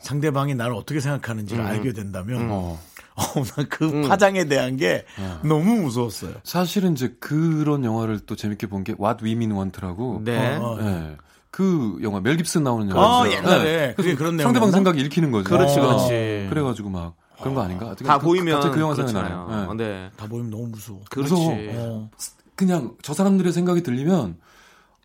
Speaker 1: 상대방이 나를 어떻게 생각하는지를
Speaker 7: 음.
Speaker 1: 알게
Speaker 2: 음.
Speaker 1: 된다면
Speaker 7: 어.
Speaker 1: 나그
Speaker 7: 음.
Speaker 1: 파장에 대한 게 너무 무서웠어요.
Speaker 7: 사실은 이제 그런 영화를 또 재밌게 본 게 What Women Want라고.
Speaker 2: 네.
Speaker 1: 어, 어.
Speaker 7: 예. 그 영화 멜 깁슨 나오는 영화.
Speaker 1: 아, 옛날에.
Speaker 7: 예.
Speaker 1: 그게 그런 내용.
Speaker 7: 상대방 생각이 읽히는 거죠.
Speaker 2: 그렇지,
Speaker 7: 어.
Speaker 2: 그렇지. 어.
Speaker 7: 그래가지고 막 그런 거 아닌가?
Speaker 2: 다
Speaker 7: 그-
Speaker 2: 보이면
Speaker 7: 갑자기 그 영화
Speaker 2: 그렇잖아요.
Speaker 7: 생각나요.
Speaker 2: 어,
Speaker 7: 예.
Speaker 2: 네.
Speaker 1: 다 보이면 너무 무서워.
Speaker 2: 그렇지.
Speaker 7: 무서워.
Speaker 1: 어.
Speaker 7: 그냥 저 사람들의 생각이 들리면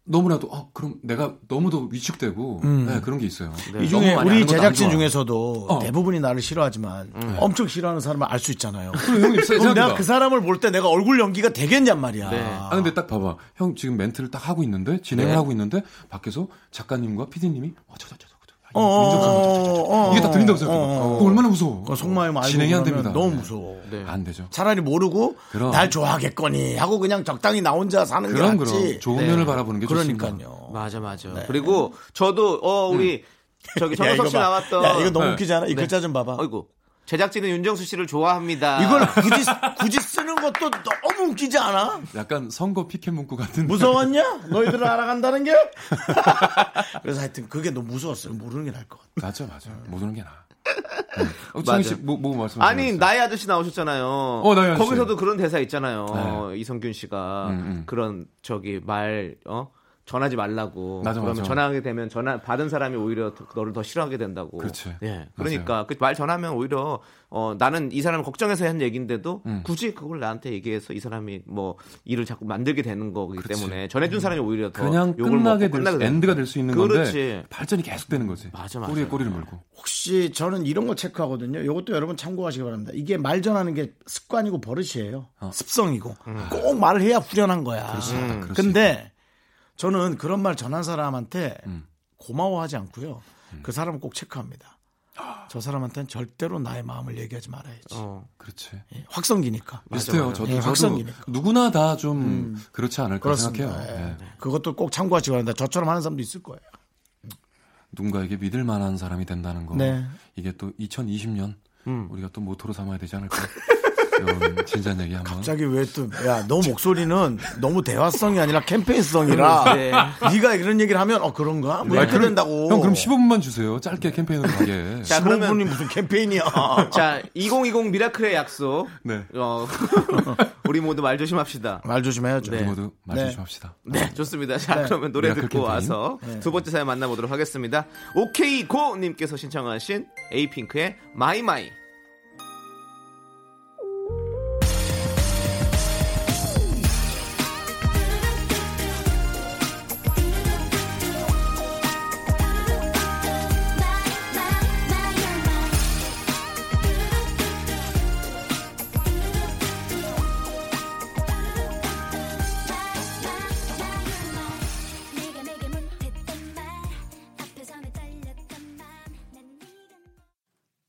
Speaker 7: 너무나도 어 그럼 내가 너무도 위축되고
Speaker 1: 음.
Speaker 7: 예, 그런 게 있어요.
Speaker 2: 네,
Speaker 1: 이 중에
Speaker 2: 너무 많이
Speaker 1: 우리
Speaker 7: 아는 것도 안
Speaker 1: 제작진
Speaker 7: 좋아.
Speaker 1: 중에서도
Speaker 7: 어. 음. 네.
Speaker 1: 대부분이 나를 싫어하지만 엄청 싫어하는 사람을 알 수 있잖아요.
Speaker 7: 그럼 형님
Speaker 1: 그럼
Speaker 7: 생각해봐.
Speaker 1: 내가 그 사람을 볼 때 내가 얼굴 연기가 되겠냔 말이야.
Speaker 2: 네.
Speaker 7: 아, 근데 딱 봐봐. 형 지금 멘트를 딱 하고 있는데, 진행을
Speaker 2: 네.
Speaker 7: 하고 있는데, 밖에서 작가님과 피디님이, 어, 저, 저, 저, 저, 저,
Speaker 1: 어, 어, 어, 어,
Speaker 7: 이게 딱 들린다고 생각해.
Speaker 1: 어, 어, 어.
Speaker 7: 어, 얼마나 무서워.
Speaker 1: 그거 속마음 알고
Speaker 7: 진행이 안
Speaker 1: 그러면
Speaker 7: 됩니다.
Speaker 1: 너무
Speaker 7: 네.
Speaker 1: 무서워.
Speaker 2: 네.
Speaker 7: 안 되죠.
Speaker 1: 차라리 모르고
Speaker 7: 그럼.
Speaker 1: 날 좋아하겠거니 하고 그냥 적당히 나 혼자 사는
Speaker 7: 그럼,
Speaker 1: 게
Speaker 7: 그럼.
Speaker 1: 낫지.
Speaker 7: 좋은
Speaker 2: 네.
Speaker 7: 면을 바라보는 게 좋습니다.
Speaker 1: 그러니까요.
Speaker 2: 맞아, 맞아. 그리고 저도, 어, 우리, 저기
Speaker 1: 야,
Speaker 2: 정석
Speaker 1: 이거
Speaker 2: 씨
Speaker 1: 봐.
Speaker 2: 나왔던.
Speaker 1: 야, 이거 너무
Speaker 7: 네.
Speaker 1: 웃기잖아. 이 글자 좀 봐봐.
Speaker 2: 아이고. 제작진은 윤정수 씨를 좋아합니다.
Speaker 1: 이걸 굳이 굳이 쓰는 것도 너무 웃기지 않아?
Speaker 7: 약간 선거 피켓 문구 같은.
Speaker 1: 무서웠냐? 너희들을 알아간다는 게? 그래서 하여튼 그게 너무 무서웠어요. 모르는 게 나을 것 같아.
Speaker 7: 맞아, 맞아. 모르는 게 나아. 네. 어, 창희 씨,
Speaker 2: 맞아.
Speaker 7: 뭐, 뭐 말씀
Speaker 2: 아니 나의 아저씨 나오셨잖아요.
Speaker 7: 어, 나의 아저씨. 네.
Speaker 2: 거기서도 그런 대사 있잖아요. 이성균 씨가
Speaker 7: 음, 음.
Speaker 2: 그런 저기 말 어? 전하지 말라고.
Speaker 7: 맞아,
Speaker 2: 그러면
Speaker 7: 맞아.
Speaker 2: 전하게 되면 전화 받은 사람이 오히려 더- 너를 더 싫어하게 된다고.
Speaker 7: 그렇지.
Speaker 2: 예.
Speaker 7: 맞아요.
Speaker 2: 그러니까 그 말 전하면 오히려 어, 나는 이 사람을 걱정해서 한 얘기인데도
Speaker 7: 음.
Speaker 2: 굳이 그걸 나한테 얘기해서 이 사람이 뭐 일을 자꾸 만들게 되는 거기 때문에 전해준 사람이 오히려 더
Speaker 7: 그냥
Speaker 2: 욕을
Speaker 7: 끝나게
Speaker 2: 먹고
Speaker 7: 될
Speaker 2: 끝나게
Speaker 7: 수,
Speaker 2: 되는
Speaker 7: 엔드가 될 수 있는 건데
Speaker 2: 그렇지.
Speaker 7: 발전이 계속되는 거지.
Speaker 2: 맞아, 네. 맞아.
Speaker 7: 꼬리에 꼬리를 물고.
Speaker 1: 혹시 저는 이런 걸 체크하거든요. 이것도 여러분 참고하시기 바랍니다. 이게 말 전하는 게 습관이고 버릇이에요. 습성이고 꼭 말을 해야 후련한 거야.
Speaker 7: 어. 음. 그럴 수
Speaker 1: 근데 저는 그런 말 전한 사람한테
Speaker 7: 음.
Speaker 1: 고마워하지 않고요. 그 사람은 꼭 체크합니다.
Speaker 7: 아.
Speaker 1: 저 사람한테는 절대로 나의 마음을 얘기하지 말아야지.
Speaker 2: 어.
Speaker 7: 그렇지.
Speaker 1: 예, 확성기니까.
Speaker 7: 비슷해요. 저도,
Speaker 1: 예,
Speaker 7: 저도
Speaker 1: 확성기니까.
Speaker 7: 누구나 다 좀 그렇지 않을까
Speaker 1: 음. 그렇습니다.
Speaker 7: 생각해요.
Speaker 1: 예.
Speaker 7: 예.
Speaker 1: 그것도 꼭 참고하시기 바랍니다. 저처럼 하는 사람도 있을 거예요.
Speaker 7: 누군가에게 믿을 만한 사람이 된다는 거.
Speaker 1: 네.
Speaker 2: 음.
Speaker 7: 이게 또 2020년 우리가 또 모토로 삼아야 되지 않을까. 이런 진지한 얘기 한번.
Speaker 1: 갑자기 왜 또 야 너 목소리는 너무 대화성이 아니라 캠페인성이라
Speaker 2: 네.
Speaker 1: 네가 이런 얘기를 하면 어 그런가 뭐
Speaker 7: 아,
Speaker 1: 이렇게
Speaker 7: 그럼-
Speaker 1: 된다고
Speaker 7: 형 그럼 15분만 주세요. 짧게 캠페인으로 가게.
Speaker 2: 네. 자, 그러면-
Speaker 1: 15분이 무슨 캠페인이야
Speaker 2: 자, 2020 미라클의 약속.
Speaker 7: 네.
Speaker 2: 어, 우리 모두 말 조심합시다.
Speaker 1: 말 조심해야죠
Speaker 2: 네.
Speaker 7: 모두
Speaker 1: 네.
Speaker 7: 말씀 좀 합시다.
Speaker 2: 네, 좋습니다. 자, 그러면 노래
Speaker 7: 미라클
Speaker 2: 듣고
Speaker 7: 캠페인. 네.
Speaker 2: 와서 두 번째 사연 만나보도록 하겠습니다. 오케이 고 님께서 신청하신 에이핑크의 마이 마이.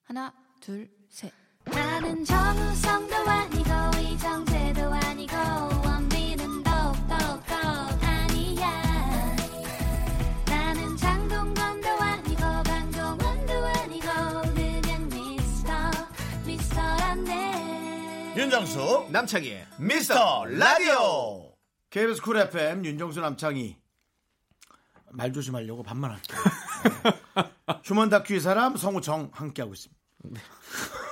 Speaker 3: 하나, 둘, 셋. 나는 정우성도 아니고 이정재도 아니고 원빈은 더욱더 아니야 나는 장동건도 아니고 강동원도 아니고 그냥 미스터 미스터란데
Speaker 1: 윤정수 남창희 미스터 라디오 KBS 쿨 FM 윤정수 남창희 말 조심하려고 반말 할게요 네. 휴먼 다큐의 사람 성우정 함께하고 있습니다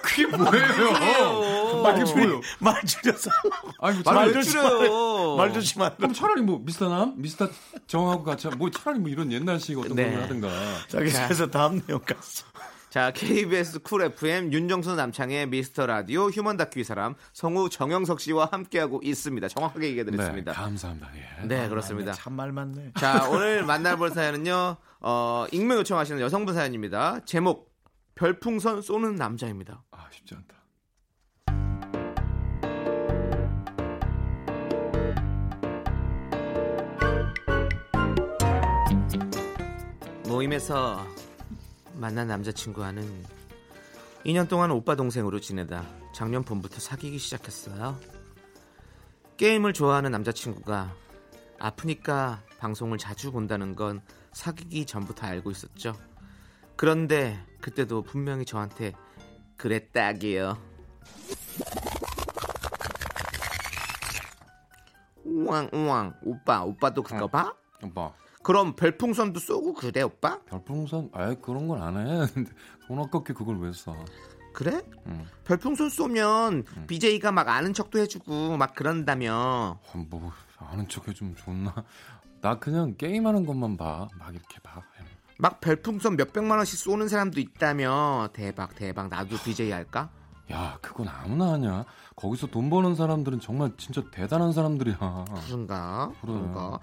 Speaker 7: 그게 뭐예요? 말 줄여요.
Speaker 1: 말 줄여서 하려고.
Speaker 7: 아니,
Speaker 1: 말
Speaker 7: 말
Speaker 2: 줄-
Speaker 7: 줄.
Speaker 2: 줄여요?
Speaker 1: 조심하려고 말 조심하려고
Speaker 7: 그럼 차라리 뭐 미스터 남, 미스터 정하고 같이 뭐 차라리 뭐 이런 옛날식 어떤
Speaker 2: 네.
Speaker 7: 걸 하든가.
Speaker 1: 자기 집에서 다음 내용까지
Speaker 2: 자, KBS 쿨 FM 윤정수 남창의 미스터 라디오 휴먼 다큐 이 사람 성우 정영석 씨와 함께하고 있습니다. 정확하게 얘기해 드렸습니다.
Speaker 7: 네, 감사합니다. 예.
Speaker 2: 네, 그렇습니다.
Speaker 1: 아, 참 말 많네
Speaker 2: 자, 오늘 만나볼 사연은요. 어, 익명 요청하시는 여성분 사연입니다. 제목 별풍선 쏘는 남자입니다.
Speaker 7: 아 쉽지 않다.
Speaker 2: 모임에서 만난 남자친구와는 2년 동안 오빠 동생으로 지내다 작년 봄부터 사귀기 시작했어요. 게임을 좋아하는 남자친구가 아프니까 방송을 자주 본다는 건 사귀기 전부터 알고 있었죠. 그런데 그때도 분명히 저한테 그랬다기요. 우왕 우왕 오빠 오빠도 그거 봐?
Speaker 7: 오빠
Speaker 2: 그럼 별풍선도 쏘고 그래 오빠?
Speaker 7: 별풍선 아예 그런 건 안 해. 근데 돈 아깝게 그걸 왜 써?
Speaker 2: 그래?
Speaker 7: 음.
Speaker 2: 별풍선 쏘면 BJ가 막 아는 척도 해주고 막 그런다며.
Speaker 7: 아, 뭐 아는 척 해주면 좋나? 나 그냥 게임하는 것만 봐. 막 이렇게 봐.
Speaker 2: 막 별풍선 몇백만 원씩 쏘는 사람도 있다며. 대박 대박 나도 BJ 할까?
Speaker 7: 야 그건 아무나 하냐? 거기서 돈 버는 사람들은 정말 진짜 대단한 사람들이야.
Speaker 2: 그런가?
Speaker 7: 그래.
Speaker 2: 그런가?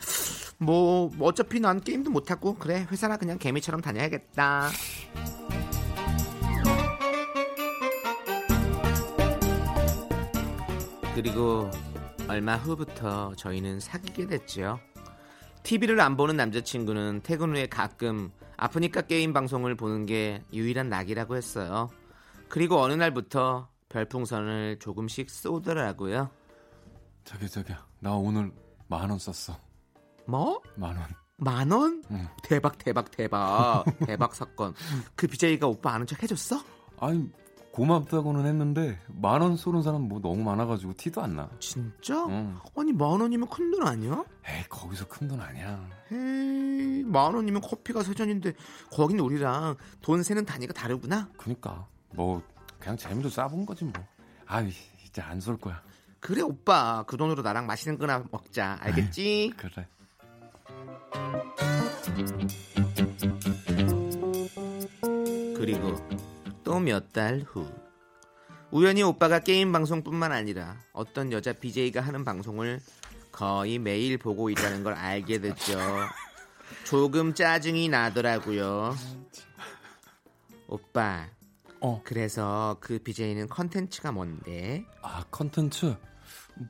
Speaker 2: 뭐 어차피 난 게임도 못하고 그래 회사나 그냥 개미처럼 다녀야겠다. 그리고 얼마 후부터 저희는 사귀게 됐죠. TV를 안 보는 남자친구는 퇴근 후에 가끔 아프니까 게임 방송을 보는 게 유일한 낙이라고 했어요. 그리고 어느 날부터 별풍선을 조금씩 쏘더라고요.
Speaker 7: 자기 자기야 나 오늘 만 원 썼어.
Speaker 2: 뭐?
Speaker 7: 만 원.
Speaker 2: 만 원?
Speaker 7: 응.
Speaker 2: 대박 대박 대박 대박 사건. 그 BJ가 오빠 아는 척 해줬어?
Speaker 7: 아니 고맙다고는 했는데 만 원 쏘는 사람 뭐 너무 많아가지고 티도 안 나.
Speaker 2: 진짜?
Speaker 7: 응.
Speaker 2: 아니 만 원이면 큰 돈 아니야?
Speaker 7: 에이 거기서 큰 돈 아니야.
Speaker 2: 에이 만 원이면 커피가 세 잔인데 거긴 우리랑 돈 세는 단위가 다르구나.
Speaker 7: 그니까 뭐 그냥 재미로 싸본 거지 뭐. 아 이제 안 쏠 거야.
Speaker 2: 그래 오빠 그 돈으로 나랑 맛있는 거나 먹자 알겠지?
Speaker 7: 그래.
Speaker 2: 그리고 또 몇 달 후. 우연히 오빠가 게임 방송뿐만 아니라 어떤 여자 BJ가 하는 방송을 거의 매일 보고 있다는 걸 알게 됐죠. 조금 짜증이 나더라고요. 오빠,
Speaker 7: 어.
Speaker 2: 그래서 그 BJ는 컨텐츠가 뭔데?
Speaker 7: 아 컨텐츠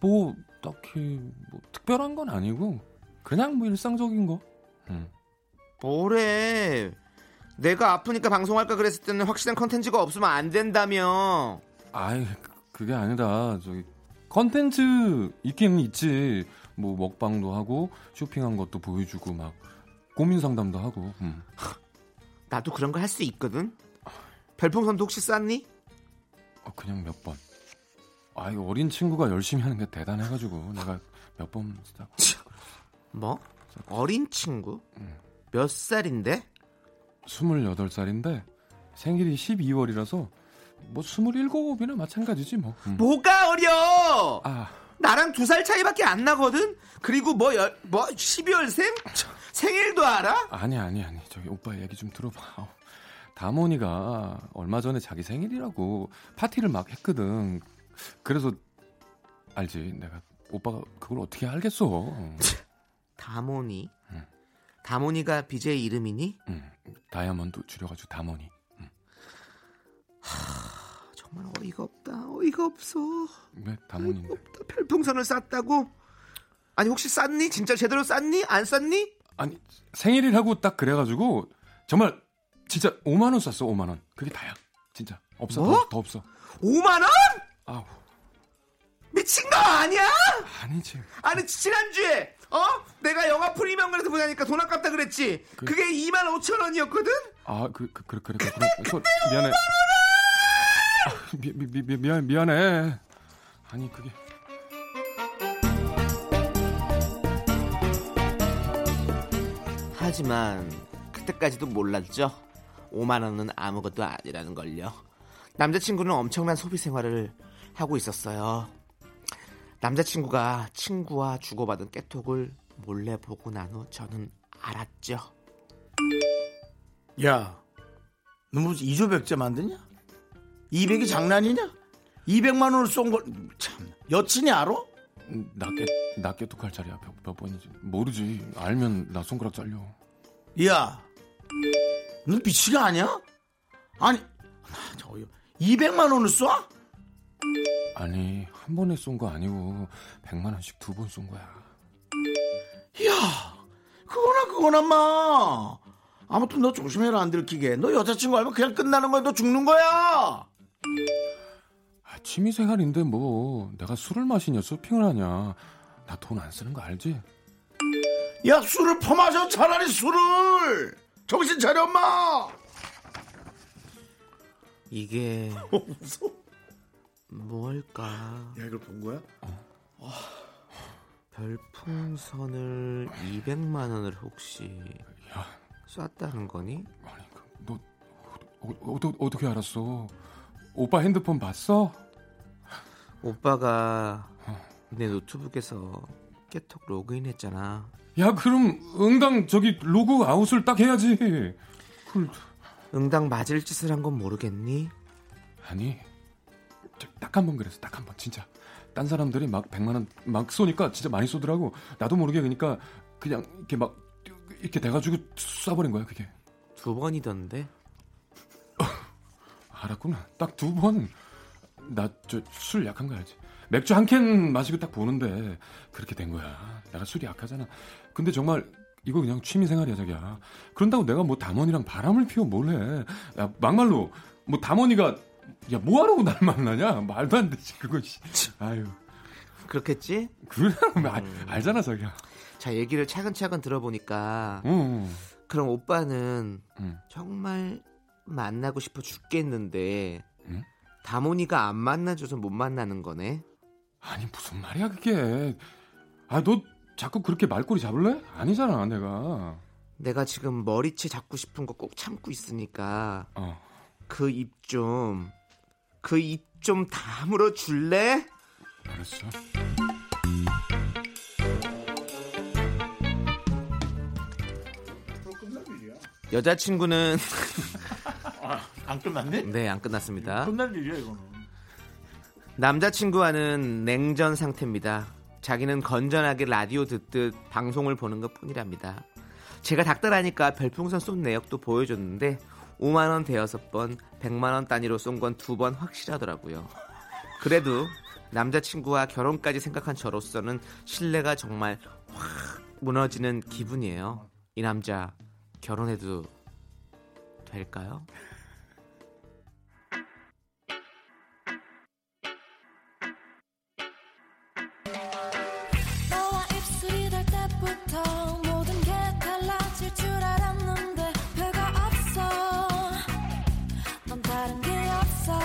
Speaker 7: 뭐 딱히 뭐 특별한 건 아니고 그냥 뭐 일상적인 거. 음.
Speaker 2: 뭐래? 내가 아프니까 방송할까 그랬을 때는 확실한 컨텐츠가 없으면 안 된다며.
Speaker 7: 아이 그- 그게 아니라 저기 컨텐츠 있긴 있지. 뭐 먹방도 하고 쇼핑한 것도 보여주고 막 고민 상담도 하고. 음.
Speaker 2: 나도 그런 거 할 수 있거든. 별풍선도 혹시 쌌니?
Speaker 7: 어, 그냥 몇 번. 아, 이 어린 친구가 열심히 하는 게 대단해가지고 내가 몇 번 쓰다가
Speaker 2: 뭐? 어린 친구? 몇 살인데?
Speaker 7: 28살인데 생일이 12월이라서 뭐 27이나 마찬가지지 뭐. 음.
Speaker 2: 뭐가 어려?
Speaker 7: 아,
Speaker 2: 나랑 두 살 차이밖에 안 나거든? 그리고 뭐, 열, 뭐, 12월생? 생일도 알아?
Speaker 7: 아니 아니 아니. 저기 오빠 얘기 좀 들어봐. 어, 다모니가 얼마 전에 자기 생일이라고 파티를 막 했거든. 그래서 알지. 내가 오빠가 그걸 어떻게 알겠어. 어,
Speaker 2: 다모니.
Speaker 7: 응.
Speaker 2: 다모니가 BJ 이름이니?
Speaker 7: 음, 다이아몬드 줄여가지고 다모니.
Speaker 2: 아, 정말 어이가 없다. 어이가 없어.
Speaker 7: 왜
Speaker 2: 어이가
Speaker 7: 다모니인데?
Speaker 2: 없다. 별풍선을 쌌다고? 아니, 혹시 쌌니? 진짜 제대로 쌌니? 안 쌌니?
Speaker 7: 아니 생일이라고 딱 그래가지고 정말 진짜 5만 원 쌌어 5만 원 그게 다야 진짜 없어
Speaker 2: 뭐?
Speaker 7: 더, 더 없어
Speaker 2: 5만원?
Speaker 7: 아우
Speaker 2: 미친 거 아니야?
Speaker 7: 아니지
Speaker 2: 아니 지난주에 어? 내가 영화 프리미엄관에서 보자니까 돈 아깝다 그랬지
Speaker 7: 그-
Speaker 2: 그게 2만 5천 원이었거든?
Speaker 7: 아그 그, 그래 그래 그래 그래 소, 미안해 아, 미, 미, 미, 미, 미안, 미안해 아니 그게
Speaker 2: 하지만 그때까지도 몰랐죠 5만 원은 아무것도 아니라는 걸요 남자친구는 엄청난 소비 생활을 하고 있었어요 남자친구가 친구와 주고받은 깨톡을 몰래 보고 난 후 저는 알았죠
Speaker 1: 야, 너 무슨 2조백제 만드냐? 200이 장난이냐? 200만 원을 쏜 걸, 참, 여친이 알아? 음,
Speaker 7: 낫게 낫게 독할 자리야 몇, 몇 번이지 모르지 알면 나 손가락 잘려
Speaker 1: 야, 너 미치가 아니야? 아니, 아, 저 어이없- 200만 원을 쏴?
Speaker 7: 아니 한 번에 쏜 거 아니고 100만 원씩 두 번 쏜 거야
Speaker 1: 야, 그거나 그거나 마. 아무튼 너 조심해라 안 들키게. 너 여자친구 알면 그냥 끝나는 거야. 너 죽는 거야.
Speaker 7: 아, 취미생활인데 뭐 내가 술을 마시냐 쇼핑을 하냐 나 돈 안 쓰는 거 알지?
Speaker 1: 야 술을 퍼마셔 차라리 술을. 정신 차려 엄마.
Speaker 2: 이게
Speaker 1: 어, 무서워.
Speaker 2: 뭘까 어.
Speaker 1: 야 이걸 본 거야?
Speaker 2: 별풍선을 200만 원을 혹시
Speaker 7: 야
Speaker 2: 쐈다는 거니?
Speaker 7: 아니 그, 너 어, 어, 어, 어떻게 알았어? 오빠 핸드폰 봤어?
Speaker 2: 오빠가
Speaker 7: 어.
Speaker 2: 내 노트북에서 깨톡 로그인했잖아.
Speaker 7: 야 그럼 응당 저기 로그 아웃을 딱 해야지 그걸-
Speaker 2: 응당 맞을 짓을 한 건 모르겠니?
Speaker 7: 아니 딱 한 번 그랬어 딱 한 번 진짜 딴 사람들이 막 100만 원 막 쏘니까 진짜 많이 쏘더라고 나도 모르게 그러니까 그냥 이렇게 막 이렇게 돼가지고 쏴버린 거야 그게
Speaker 2: 두 번이던데.
Speaker 7: 알았구나. 딱 두 번. 나 저 술 약한 거 알지? 맥주 한 캔 마시고 딱 보는데 그렇게 된 거야. 내가 술이 약하잖아. 근데 정말 이거 그냥 취미 생활이야, 자기야. 그런다고 내가 뭐 담원이랑 바람을 피워 뭘 해? 야, 막말로 뭐 담원이가 야, 뭐 하라고 날 만나냐? 말도 안 되지, 그거 씨. 아유.
Speaker 2: 그렇겠지?
Speaker 7: 그러면
Speaker 1: 음.
Speaker 7: 알- 알잖아, 자기야.
Speaker 2: 자, 얘기를 차근차근 들어보니까
Speaker 7: 응.
Speaker 2: 그럼 오빠는
Speaker 7: 음.
Speaker 2: 정말 만나고 싶어 죽겠는데
Speaker 7: 음?
Speaker 2: 다모니가 안 만나줘서 못 만나는 거네.
Speaker 7: 아니, 무슨 말이야, 그게. 아, 너 자꾸 그렇게 말꼬리 잡을래? 아니잖아, 내가.
Speaker 2: 내가 지금 머리채 잡고 싶은 거 꼭 참고 있으니까
Speaker 7: 어.
Speaker 2: 그 입 좀, 그 입 좀 다물어 줄래?
Speaker 7: 알았어.
Speaker 2: 여자친구는
Speaker 1: 아, 안 끝났네?
Speaker 2: 네, 안 끝났습니다.
Speaker 1: 끝날 일이야 이거는.
Speaker 2: 남자친구와는 냉전 상태입니다. 자기는 건전하게 라디오 듣듯 방송을 보는 것 뿐이랍니다. 제가 닥달하니까 별풍선 쏜 내역도 보여줬는데 5만원 대여섯 번, 100만원 단위로 쏜 건 두 번 확실하더라고요. 그래도 남자친구와 결혼까지 생각한 저로서는 신뢰가 정말 확 무너지는 기분이에요. 이 남자 결혼해도 될까요?
Speaker 3: 너와 입술이 될 때부터 모든 게 달라질 줄 알았는데 별거 없어 넌 다른 게 없어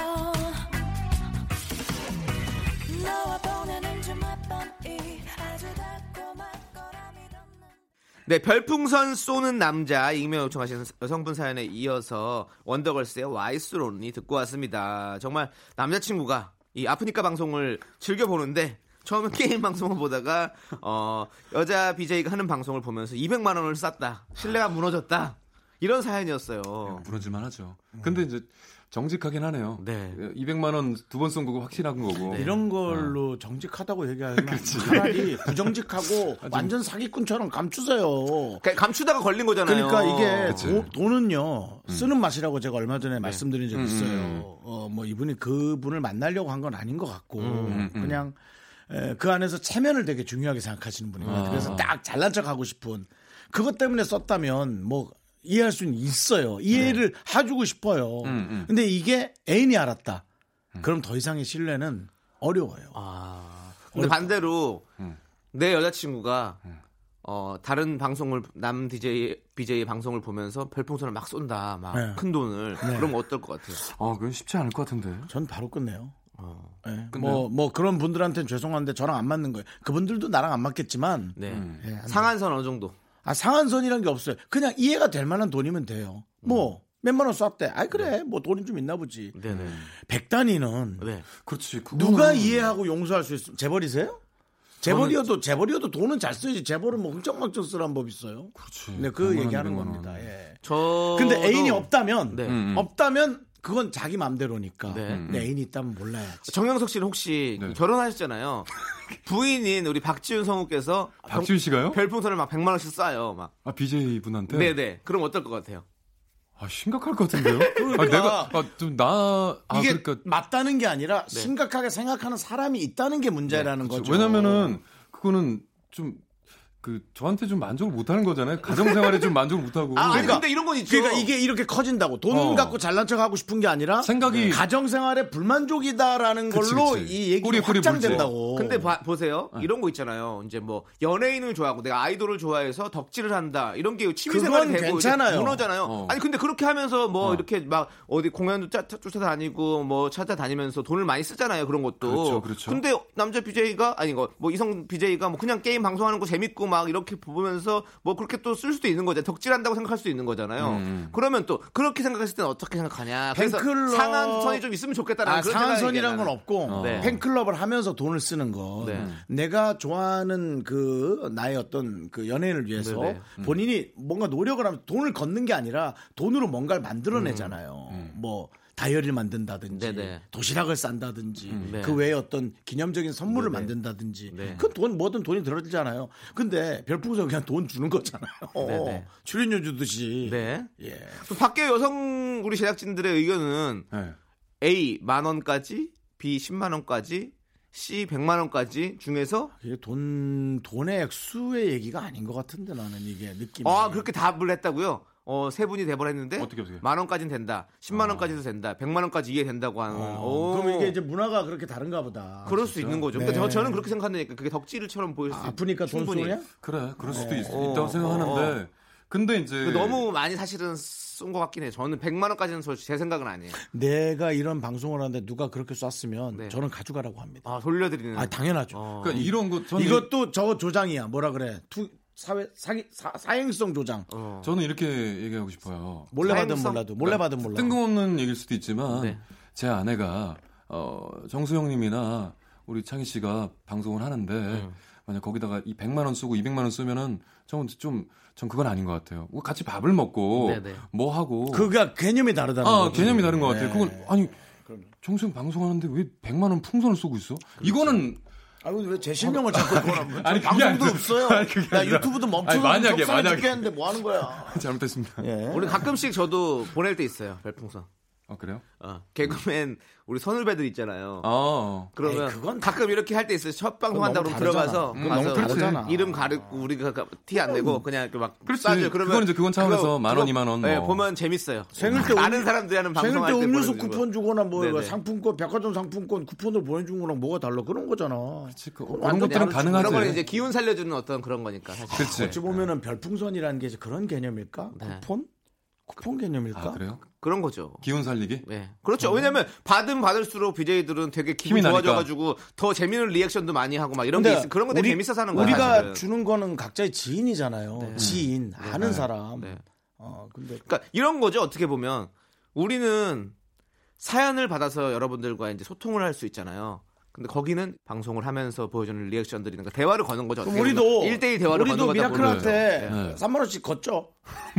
Speaker 2: 네, 별풍선 쏘는 남자 익명 요청하신 여성분 사연에 이어서 원더걸스의 와이스론이 듣고 왔습니다. 정말 남자친구가 이 아프니까 방송을 즐겨 보는데 처음에 게임 방송을 보다가 어, 여자 BJ가 하는 방송을 보면서 200만 원을 쌌다. 신뢰가 무너졌다. 이런 사연이었어요.
Speaker 7: 부러질만 하죠. 음. 근데 이제 정직하긴 하네요.
Speaker 2: 네.
Speaker 7: 200만 원 두 번 쏜 거고 확실한 거고.
Speaker 1: 네. 이런
Speaker 2: 어.
Speaker 1: 걸로 정직하다고 얘기하면 차라리 부정직하고 완전 사기꾼처럼 감추세요.
Speaker 2: 그 감추다가 걸린 거잖아요.
Speaker 1: 그러니까 이게
Speaker 7: 그치.
Speaker 1: 도- 돈은요 쓰는 맛이라고 제가 얼마 전에 말씀드린 적이 있어요. 어 뭐 이분이 그분을 만나려고 한 건 아닌 것 같고 그냥 에, 그 안에서 체면을 되게 중요하게 생각하시는 분이에요. 그래서 딱 잘난 척 하고 싶은 그것 때문에 썼다면 뭐 이해할 수는 있어요. 이해를 해주고 싶어요. 근데 이게 애인이 알았다. 그럼 더 이상의 신뢰는 어려워요.
Speaker 2: 아.
Speaker 1: 아,
Speaker 2: 근데 반대로
Speaker 1: 음.
Speaker 2: 내 여자친구가 어, 다른 방송을 남 DJ BJ 방송을 보면서 별풍선을 막 쏜다, 막
Speaker 1: 네.
Speaker 2: 큰 돈을 그러면 어떨 것 같아요?
Speaker 7: 아, 그건 쉽지 않을 것 같은데.
Speaker 1: 전 바로 끝내요. 예, 뭐, 뭐 그런 분들한테는 죄송한데 저랑 안 맞는 거예요. 그분들도 나랑 안 맞겠지만
Speaker 2: 네.
Speaker 1: 예, 안
Speaker 2: 상한선 어느 정도?
Speaker 1: 아, 상한선이란 게 없어요. 그냥 이해가 될 만한 돈이면 돼요.
Speaker 7: 음.
Speaker 1: 뭐, 몇만 원 쐈대. 아이, 그래.
Speaker 7: 네.
Speaker 1: 뭐 돈이 좀 있나 보지.
Speaker 2: 네네.
Speaker 1: 백단위는
Speaker 2: 네.
Speaker 7: 그렇지.
Speaker 1: 누가 이해하고 용서할 수 있어? 재벌이세요? 재벌이어도, 재벌이어도 돈은 잘 써야지. 재벌은 뭐 흥청망청 쓰라는 법 있어요.
Speaker 7: 그렇죠. 그렇지.
Speaker 1: 네, 그
Speaker 7: 100만 원,
Speaker 1: 얘기하는
Speaker 7: 200만 원. 음,
Speaker 1: 겁니다. 예.
Speaker 7: 어,
Speaker 1: 어,
Speaker 2: 저
Speaker 1: 근데 애인이 없다면, 음.
Speaker 2: 네.
Speaker 1: 없다면 그건 자기 맘대로니까.
Speaker 2: 네.
Speaker 1: 근데 애인이 있다면 몰라야지.
Speaker 2: 정영석 씨는 혹시
Speaker 7: 네.
Speaker 2: 결혼하셨잖아요. 부인인 우리 박지윤 성우께서
Speaker 1: 아,
Speaker 7: 박지윤 씨가요?
Speaker 2: 병-
Speaker 1: 네.
Speaker 2: 별풍선을 막 100만 원씩 쏴요. 막.
Speaker 7: 아, BJ 분한테.
Speaker 2: 네, 네. 그럼 어떨 것 같아요?
Speaker 7: 아, 심각할 것 같은데요? 아, 내가 아, 좀나 아,
Speaker 1: 그러니까. 이게
Speaker 7: 그러니까 네.
Speaker 1: 맞다는 게 아니라 심각하게 생각하는 사람이 있다는 게 문제라는 거죠.
Speaker 7: 그렇죠. 왜냐면은 그거는 좀 그 저한테 좀 만족을 못 하는 거잖아요. 가정 생활에 좀 만족을 못 하고.
Speaker 2: 아, 아니,
Speaker 1: 그러니까-
Speaker 2: 근데 이런 건 있죠.
Speaker 1: 그러니까 이게 이렇게 커진다고 돈
Speaker 7: 어.
Speaker 1: 갖고 잘난 척 하고 싶은 게 아니라
Speaker 7: 생각이-
Speaker 1: 가정 생활에 불만족이다라는
Speaker 7: 그치,
Speaker 1: 걸로
Speaker 7: 그치.
Speaker 1: 이 얘기가
Speaker 7: 꼬리, 꼬리
Speaker 1: 확장된다고.
Speaker 2: 근데 봐- 보세요
Speaker 1: 네.
Speaker 2: 이런 거 있잖아요 이제 뭐 연예인을 좋아하고 내가 아이돌을 좋아해서 덕질을 한다 이런 게 취미생활이
Speaker 1: 그건
Speaker 2: 되고 이제
Speaker 1: 괜찮아요.
Speaker 2: 문어잖아요
Speaker 7: 어.
Speaker 2: 아니 근데 그렇게 하면서 뭐 이렇게 막 어디 공연도 짜- 짜- 쫓아다니고 뭐 찾아다니면서 돈을 많이 쓰잖아요 그런 것도
Speaker 7: 그렇죠, 그렇죠.
Speaker 2: 근데 남자 BJ가 아니 이거 뭐 이성 BJ가 뭐 그냥 게임 방송하는 거 재밌고 막 이렇게 보면서 뭐 그렇게 또 쓸 수도 있는 거잖아요 덕질한다고 생각할 수도 있는 거잖아요 그러면 또 그렇게 생각했을 때는 어떻게 생각하냐 그래서
Speaker 1: 음, 뱅클럽-
Speaker 2: 상한선이 좀 있으면 좋겠다라는
Speaker 1: 아,
Speaker 2: 그런
Speaker 1: 상한선이란 건
Speaker 2: 생각이
Speaker 1: 없고
Speaker 2: 네.
Speaker 1: 팬클럽을 하면서 돈을 쓰는 건
Speaker 2: 네.
Speaker 1: 내가 좋아하는 그 나의 어떤 그 연예인을 위해서
Speaker 2: 네,
Speaker 1: 본인이 뭔가 노력을 하면 돈을 걷는 게 아니라 돈으로 뭔가를 만들어내잖아요. 뭐 다이어리를 만든다든지
Speaker 2: 음, 네, 네.
Speaker 1: 도시락을 싼다든지
Speaker 2: 네.
Speaker 1: 그 외에 어떤 기념적인 선물을
Speaker 2: 네, 네.
Speaker 1: 만든다든지
Speaker 2: 네.
Speaker 1: 그 돈 뭐든 돈이 들어들잖아요. 근데 별풍선 그냥 돈 주는 거잖아요.
Speaker 2: 네, 네.
Speaker 1: 출연료 주듯이.
Speaker 2: 네.
Speaker 1: 예.
Speaker 2: 또 밖에 여성 우리 제작진들의 의견은
Speaker 7: 네.
Speaker 2: A 만 원까지, B 10만 원까지, C 100만 원까지 중에서
Speaker 1: 이게 돈 돈의 액수의 얘기가 아닌 것 같은데 나는 이게 느낌이.
Speaker 2: 아 그렇게 답을 했다고요. 어, 세 분이 대본 했는데
Speaker 7: 어떻게, 어떻게?
Speaker 2: 만 원까지는 된다. 10만 원까지도 된다. 100만 원까지 이해 된다고 하는. 오.
Speaker 1: 아. 어. 그럼 이게 이제 문화가 그렇게 다른가 보다.
Speaker 2: 그럴 수 있는 거죠.
Speaker 1: 네.
Speaker 2: 그러니까 저, 저는 그렇게 생각하니까 그게 덕질처럼 보일 수 있-
Speaker 1: 아프니까 돈
Speaker 2: 충분히.
Speaker 1: 쏘냐?
Speaker 7: 그래. 그럴 수도 있,
Speaker 2: 어,
Speaker 7: 있다고 생각하는데. 근데 이제
Speaker 1: 네.
Speaker 2: 그 너무 많이 사실은 쏜 것 같긴 해. 저는 100만 원까지는 솔직히 제 생각은 아니에요.
Speaker 1: 내가 이런 방송을 하는데 누가 그렇게 쐈으면
Speaker 2: 네.
Speaker 1: 저는 가져가라고 합니다.
Speaker 2: 아, 돌려드리는. 어.
Speaker 1: 아, 당연하죠.
Speaker 7: 그러니까 네. 이런 거 저는
Speaker 1: 이것도 저 조장이야. 뭐라 그래? 투 사회 사기 사, 사행성 조장.
Speaker 2: 어.
Speaker 7: 저는 이렇게 얘기하고 싶어요.
Speaker 1: 몰래 받은
Speaker 2: 사행성?
Speaker 1: 몰라도 몰래 받은 몰라.
Speaker 7: 네. 뜬금없는 얘기일 수도 있지만
Speaker 2: 네.
Speaker 7: 제 아내가 어, 정수영님이나 우리 창희 씨가 방송을 하는데
Speaker 2: 네.
Speaker 7: 만약 거기다가 이 100만 원 쓰고 200만 원 쓰면은 좀좀전 그건 아닌 것 같아요. 뭐 같이 밥을 먹고
Speaker 2: 네네.
Speaker 7: 뭐 하고
Speaker 1: 그가 개념이 다르다는
Speaker 7: 아
Speaker 1: 거죠.
Speaker 7: 개념이 다른 것 같아요.
Speaker 1: 네.
Speaker 7: 그건 아니 정수영 방송하는데 왜 100만 원 풍선을 쏘고 있어?
Speaker 2: 그렇죠.
Speaker 7: 이거는
Speaker 1: 아, 근데 왜 제 실명을 자꾸 그거라고?
Speaker 7: 아니,
Speaker 1: 아니,
Speaker 7: 그게
Speaker 1: 방송도
Speaker 7: 아니라-
Speaker 1: 없어요.
Speaker 7: 아니, 그게
Speaker 1: 나
Speaker 7: 아니라-
Speaker 1: 유튜브도
Speaker 7: 아니,
Speaker 1: 멈추고
Speaker 7: 만약에,
Speaker 1: 만약에
Speaker 7: 만약에.
Speaker 1: 만약에 죽겠는데 뭐 하는 거야?
Speaker 7: 잘못됐습니다.
Speaker 1: 예.
Speaker 2: 우리 가끔씩 저도 보낼 때 있어요. 별풍선.
Speaker 7: 아 그래요?
Speaker 2: 어, 개그맨 우리 선후배들 있잖아요.
Speaker 7: 아 어.
Speaker 2: 그러면
Speaker 1: 에이, 그건
Speaker 2: 가끔 이렇게 할 때 있어요. 첫 방송
Speaker 1: 그건
Speaker 2: 한다고
Speaker 1: 너무
Speaker 2: 들어가서
Speaker 1: 다르잖아. 그건
Speaker 2: 가서
Speaker 1: 너무 다르잖아.
Speaker 2: 이름 가르고 우리가 티 안 내고 그냥 이렇게 막
Speaker 7: 그렇지.
Speaker 2: 싸죠.
Speaker 7: 그건 이제 그건 차원에서
Speaker 2: 그거-
Speaker 7: 만 원,
Speaker 2: 그거-
Speaker 7: 이만 원
Speaker 2: 예,
Speaker 7: 뭐.
Speaker 2: 보면 재밌어요.
Speaker 1: 생일 때
Speaker 2: 많은
Speaker 1: 음료-
Speaker 2: 사람들이 하는
Speaker 1: 생일
Speaker 2: 방송할
Speaker 1: 때
Speaker 2: 때
Speaker 1: 음료수
Speaker 2: 보내주는 거.
Speaker 1: 쿠폰 주거나 뭐
Speaker 2: 네네.
Speaker 1: 상품권 백화점 상품권 쿠폰을 보내준 거랑 뭐가 달라 그런 거잖아.
Speaker 7: 그, 그런
Speaker 1: 완전
Speaker 7: 것들은
Speaker 1: 다르지.
Speaker 7: 가능하지.
Speaker 2: 그런 건 이제 기운 살려주는 어떤 그런 거니까 사실. 그렇죠.
Speaker 7: 그렇지.
Speaker 1: 어찌 보면은 별풍선이라는 게 이제 그런 개념일까?
Speaker 2: 네.
Speaker 1: 쿠폰? 쿠폰 개념일까?
Speaker 7: 아 그래요?
Speaker 2: 그런 거죠.
Speaker 7: 기운 살리기?
Speaker 2: 네. 그렇죠. 왜냐면 받으면 받을수록 BJ들은 되게 기분이
Speaker 7: 힘이 나니까.
Speaker 2: 좋아져가지고 더 재밌는 리액션도 많이 하고 막 이런 게
Speaker 1: 근데
Speaker 2: 있어. 그런 거 되게
Speaker 1: 우리-
Speaker 2: 재밌어 사는 거예요.
Speaker 1: 우리가
Speaker 2: 사실은.
Speaker 1: 주는 거는 각자의 지인이잖아요. 지인 아는 사람.
Speaker 2: 네.
Speaker 1: 어 근데
Speaker 2: 그러니까 이런 거죠. 어떻게 보면 우리는 사연을 받아서 여러분들과 이제 소통을 할 수 있잖아요. 근데 거기는 방송을 하면서 보여주는 리액션들이니까 대화를 거는 거죠.
Speaker 1: 그럼 우리도
Speaker 2: 1대1 대화를 거는
Speaker 1: 우리도
Speaker 2: 거다
Speaker 1: 미라클한테
Speaker 2: 보면.
Speaker 7: 네.
Speaker 1: 3만 원씩 걷죠.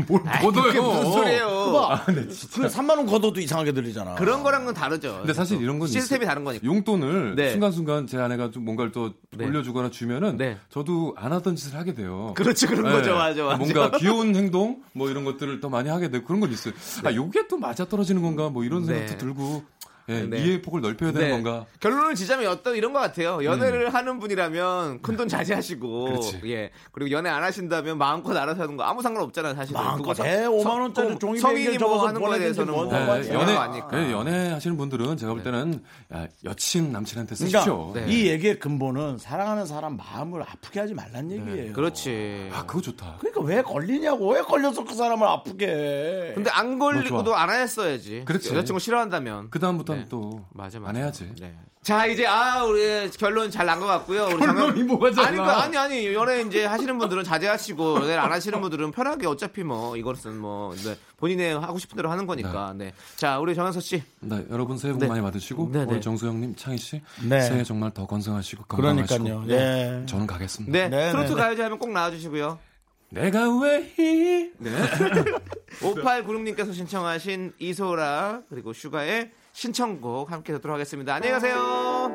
Speaker 7: 뭘
Speaker 2: 그게
Speaker 7: 걷어요?
Speaker 2: 무슨 소리예요?
Speaker 1: 그봐. 그 3만 원 걷어도 이상하게 들리잖아.
Speaker 2: 그런 거랑은 다르죠.
Speaker 7: 근데 사실 이런 건
Speaker 2: 시스템이
Speaker 7: 있어요.
Speaker 2: 다른 거니까.
Speaker 7: 용돈을
Speaker 2: 네.
Speaker 7: 순간순간 제 아내가 좀 뭔가를 또
Speaker 2: 네.
Speaker 7: 돌려주거나 주면은
Speaker 2: 네.
Speaker 7: 저도 안 하던 짓을 하게 돼요.
Speaker 2: 그렇죠, 그런
Speaker 7: 네.
Speaker 2: 거죠, 맞아, 맞아.
Speaker 7: 뭔가 귀여운 행동 뭐 이런 것들을 더 많이 하게 되고 그런 건 있어요. 아 요게 또 맞아 떨어지는 건가 뭐 이런 생각도
Speaker 2: 네.
Speaker 7: 들고 예,
Speaker 2: 네.
Speaker 7: 이해 폭을 넓혀야 되는
Speaker 2: 네.
Speaker 7: 건가. 음.
Speaker 2: 결론을 지자면 어떤 이런 것 같아요. 연애를 하는 분이라면 큰 돈 자제하시고,
Speaker 7: 그렇지.
Speaker 2: 예 그리고 연애 안 하신다면 마음껏 알아서 하는 거 아무 상관 없잖아요, 사실.
Speaker 1: 마음껏 해. 5만 원짜리 종이
Speaker 2: 성인이
Speaker 1: 백개
Speaker 2: 뭐
Speaker 1: 적어서
Speaker 2: 하는 거에
Speaker 1: 보내든지
Speaker 2: 대해서는
Speaker 1: 뭐
Speaker 2: 뭐
Speaker 1: 네,
Speaker 2: 연애
Speaker 7: 아, 연애
Speaker 2: 아니까.
Speaker 7: 예, 연애하시는 분들은 제가 볼 때는 야, 여친 남친한테 쓰십시오.
Speaker 1: 그러니까 이
Speaker 2: 네.
Speaker 1: 얘기의 근본은 사랑하는 사람 마음을 아프게 하지 말란 얘기예요.
Speaker 2: 네, 그렇지.
Speaker 7: 아 그거 좋다.
Speaker 1: 그러니까 왜 걸리냐고 왜 걸려서 그 사람을 아프게 해.
Speaker 2: 근데 안 걸리고도
Speaker 7: 뭐 좋아.
Speaker 2: 안 했어야지.
Speaker 7: 그렇지.
Speaker 2: 여자친구 싫어한다면.
Speaker 7: 그 다음부터는
Speaker 2: 네.
Speaker 7: 또
Speaker 2: 맞아, 맞아.
Speaker 7: 안 해야지.
Speaker 2: 네. 자 이제 아 우리 결론 잘 난 것 같고요. 우리
Speaker 7: 결론이 뭐가 잘
Speaker 2: 아니 그,
Speaker 7: 나?
Speaker 2: 아니 아니 연애 이제 하시는 분들은 자제하시고 연애 안 하시는 분들은 편하게 어차피 뭐 이것은 뭐 네, 본인의 하고 싶은 대로 하는 거니까. 네. 자 우리 정현서 씨.
Speaker 7: 네, 여러분 새해 복
Speaker 2: 네.
Speaker 7: 많이 받으시고
Speaker 2: 네, 네.
Speaker 7: 우리 정수영님, 창희 씨
Speaker 1: 네.
Speaker 7: 새해 정말 더 건강하시고 건강하시고 네.
Speaker 1: 그러니까요. 예.
Speaker 7: 저는 가겠습니다.
Speaker 2: 아, 네.
Speaker 1: 네,
Speaker 2: 트로트
Speaker 1: 네, 네.
Speaker 2: 가요제 하면 꼭 나와주시고요.
Speaker 7: 내가 왜 이...
Speaker 2: 5896님께서 신청하신 이소라 그리고 슈가의 신청곡 함께 듣도록 하겠습니다. 안녕히 가세요.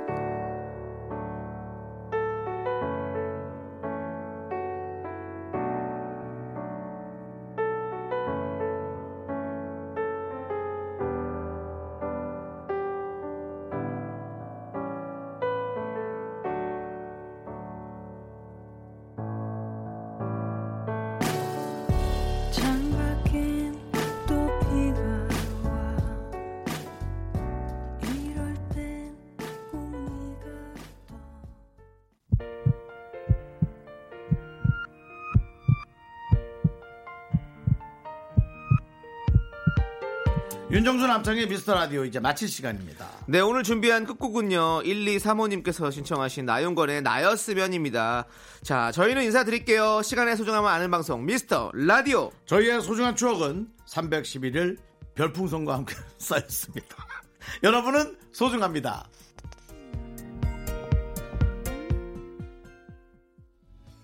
Speaker 5: 창밖엔 또 비가 와 이럴 땐 우리가 떠
Speaker 1: 윤정수 남창의 미스터 라디오 이제 마칠 시간입니다.
Speaker 2: 네, 오늘 준비한 끝곡은요. 1235님께서 신청하신 나윤건의 나였으면입니다. 자, 저희는 인사드릴게요. 시간의 소중함을 아는 방송 미스터 라디오.
Speaker 1: 저희의 소중한 추억은 311일 별풍선과 함께 쌓였습니다. 여러분은 소중합니다.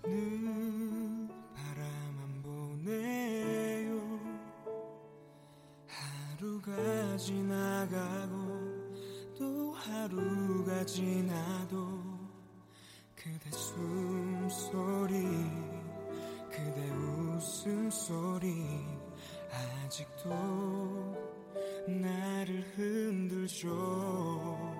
Speaker 6: 눈 바라만 보네요 하루가 지나가고 또 하루가 지나도 그대 숨소리 그대 웃음소리 아직도 나를 흔들죠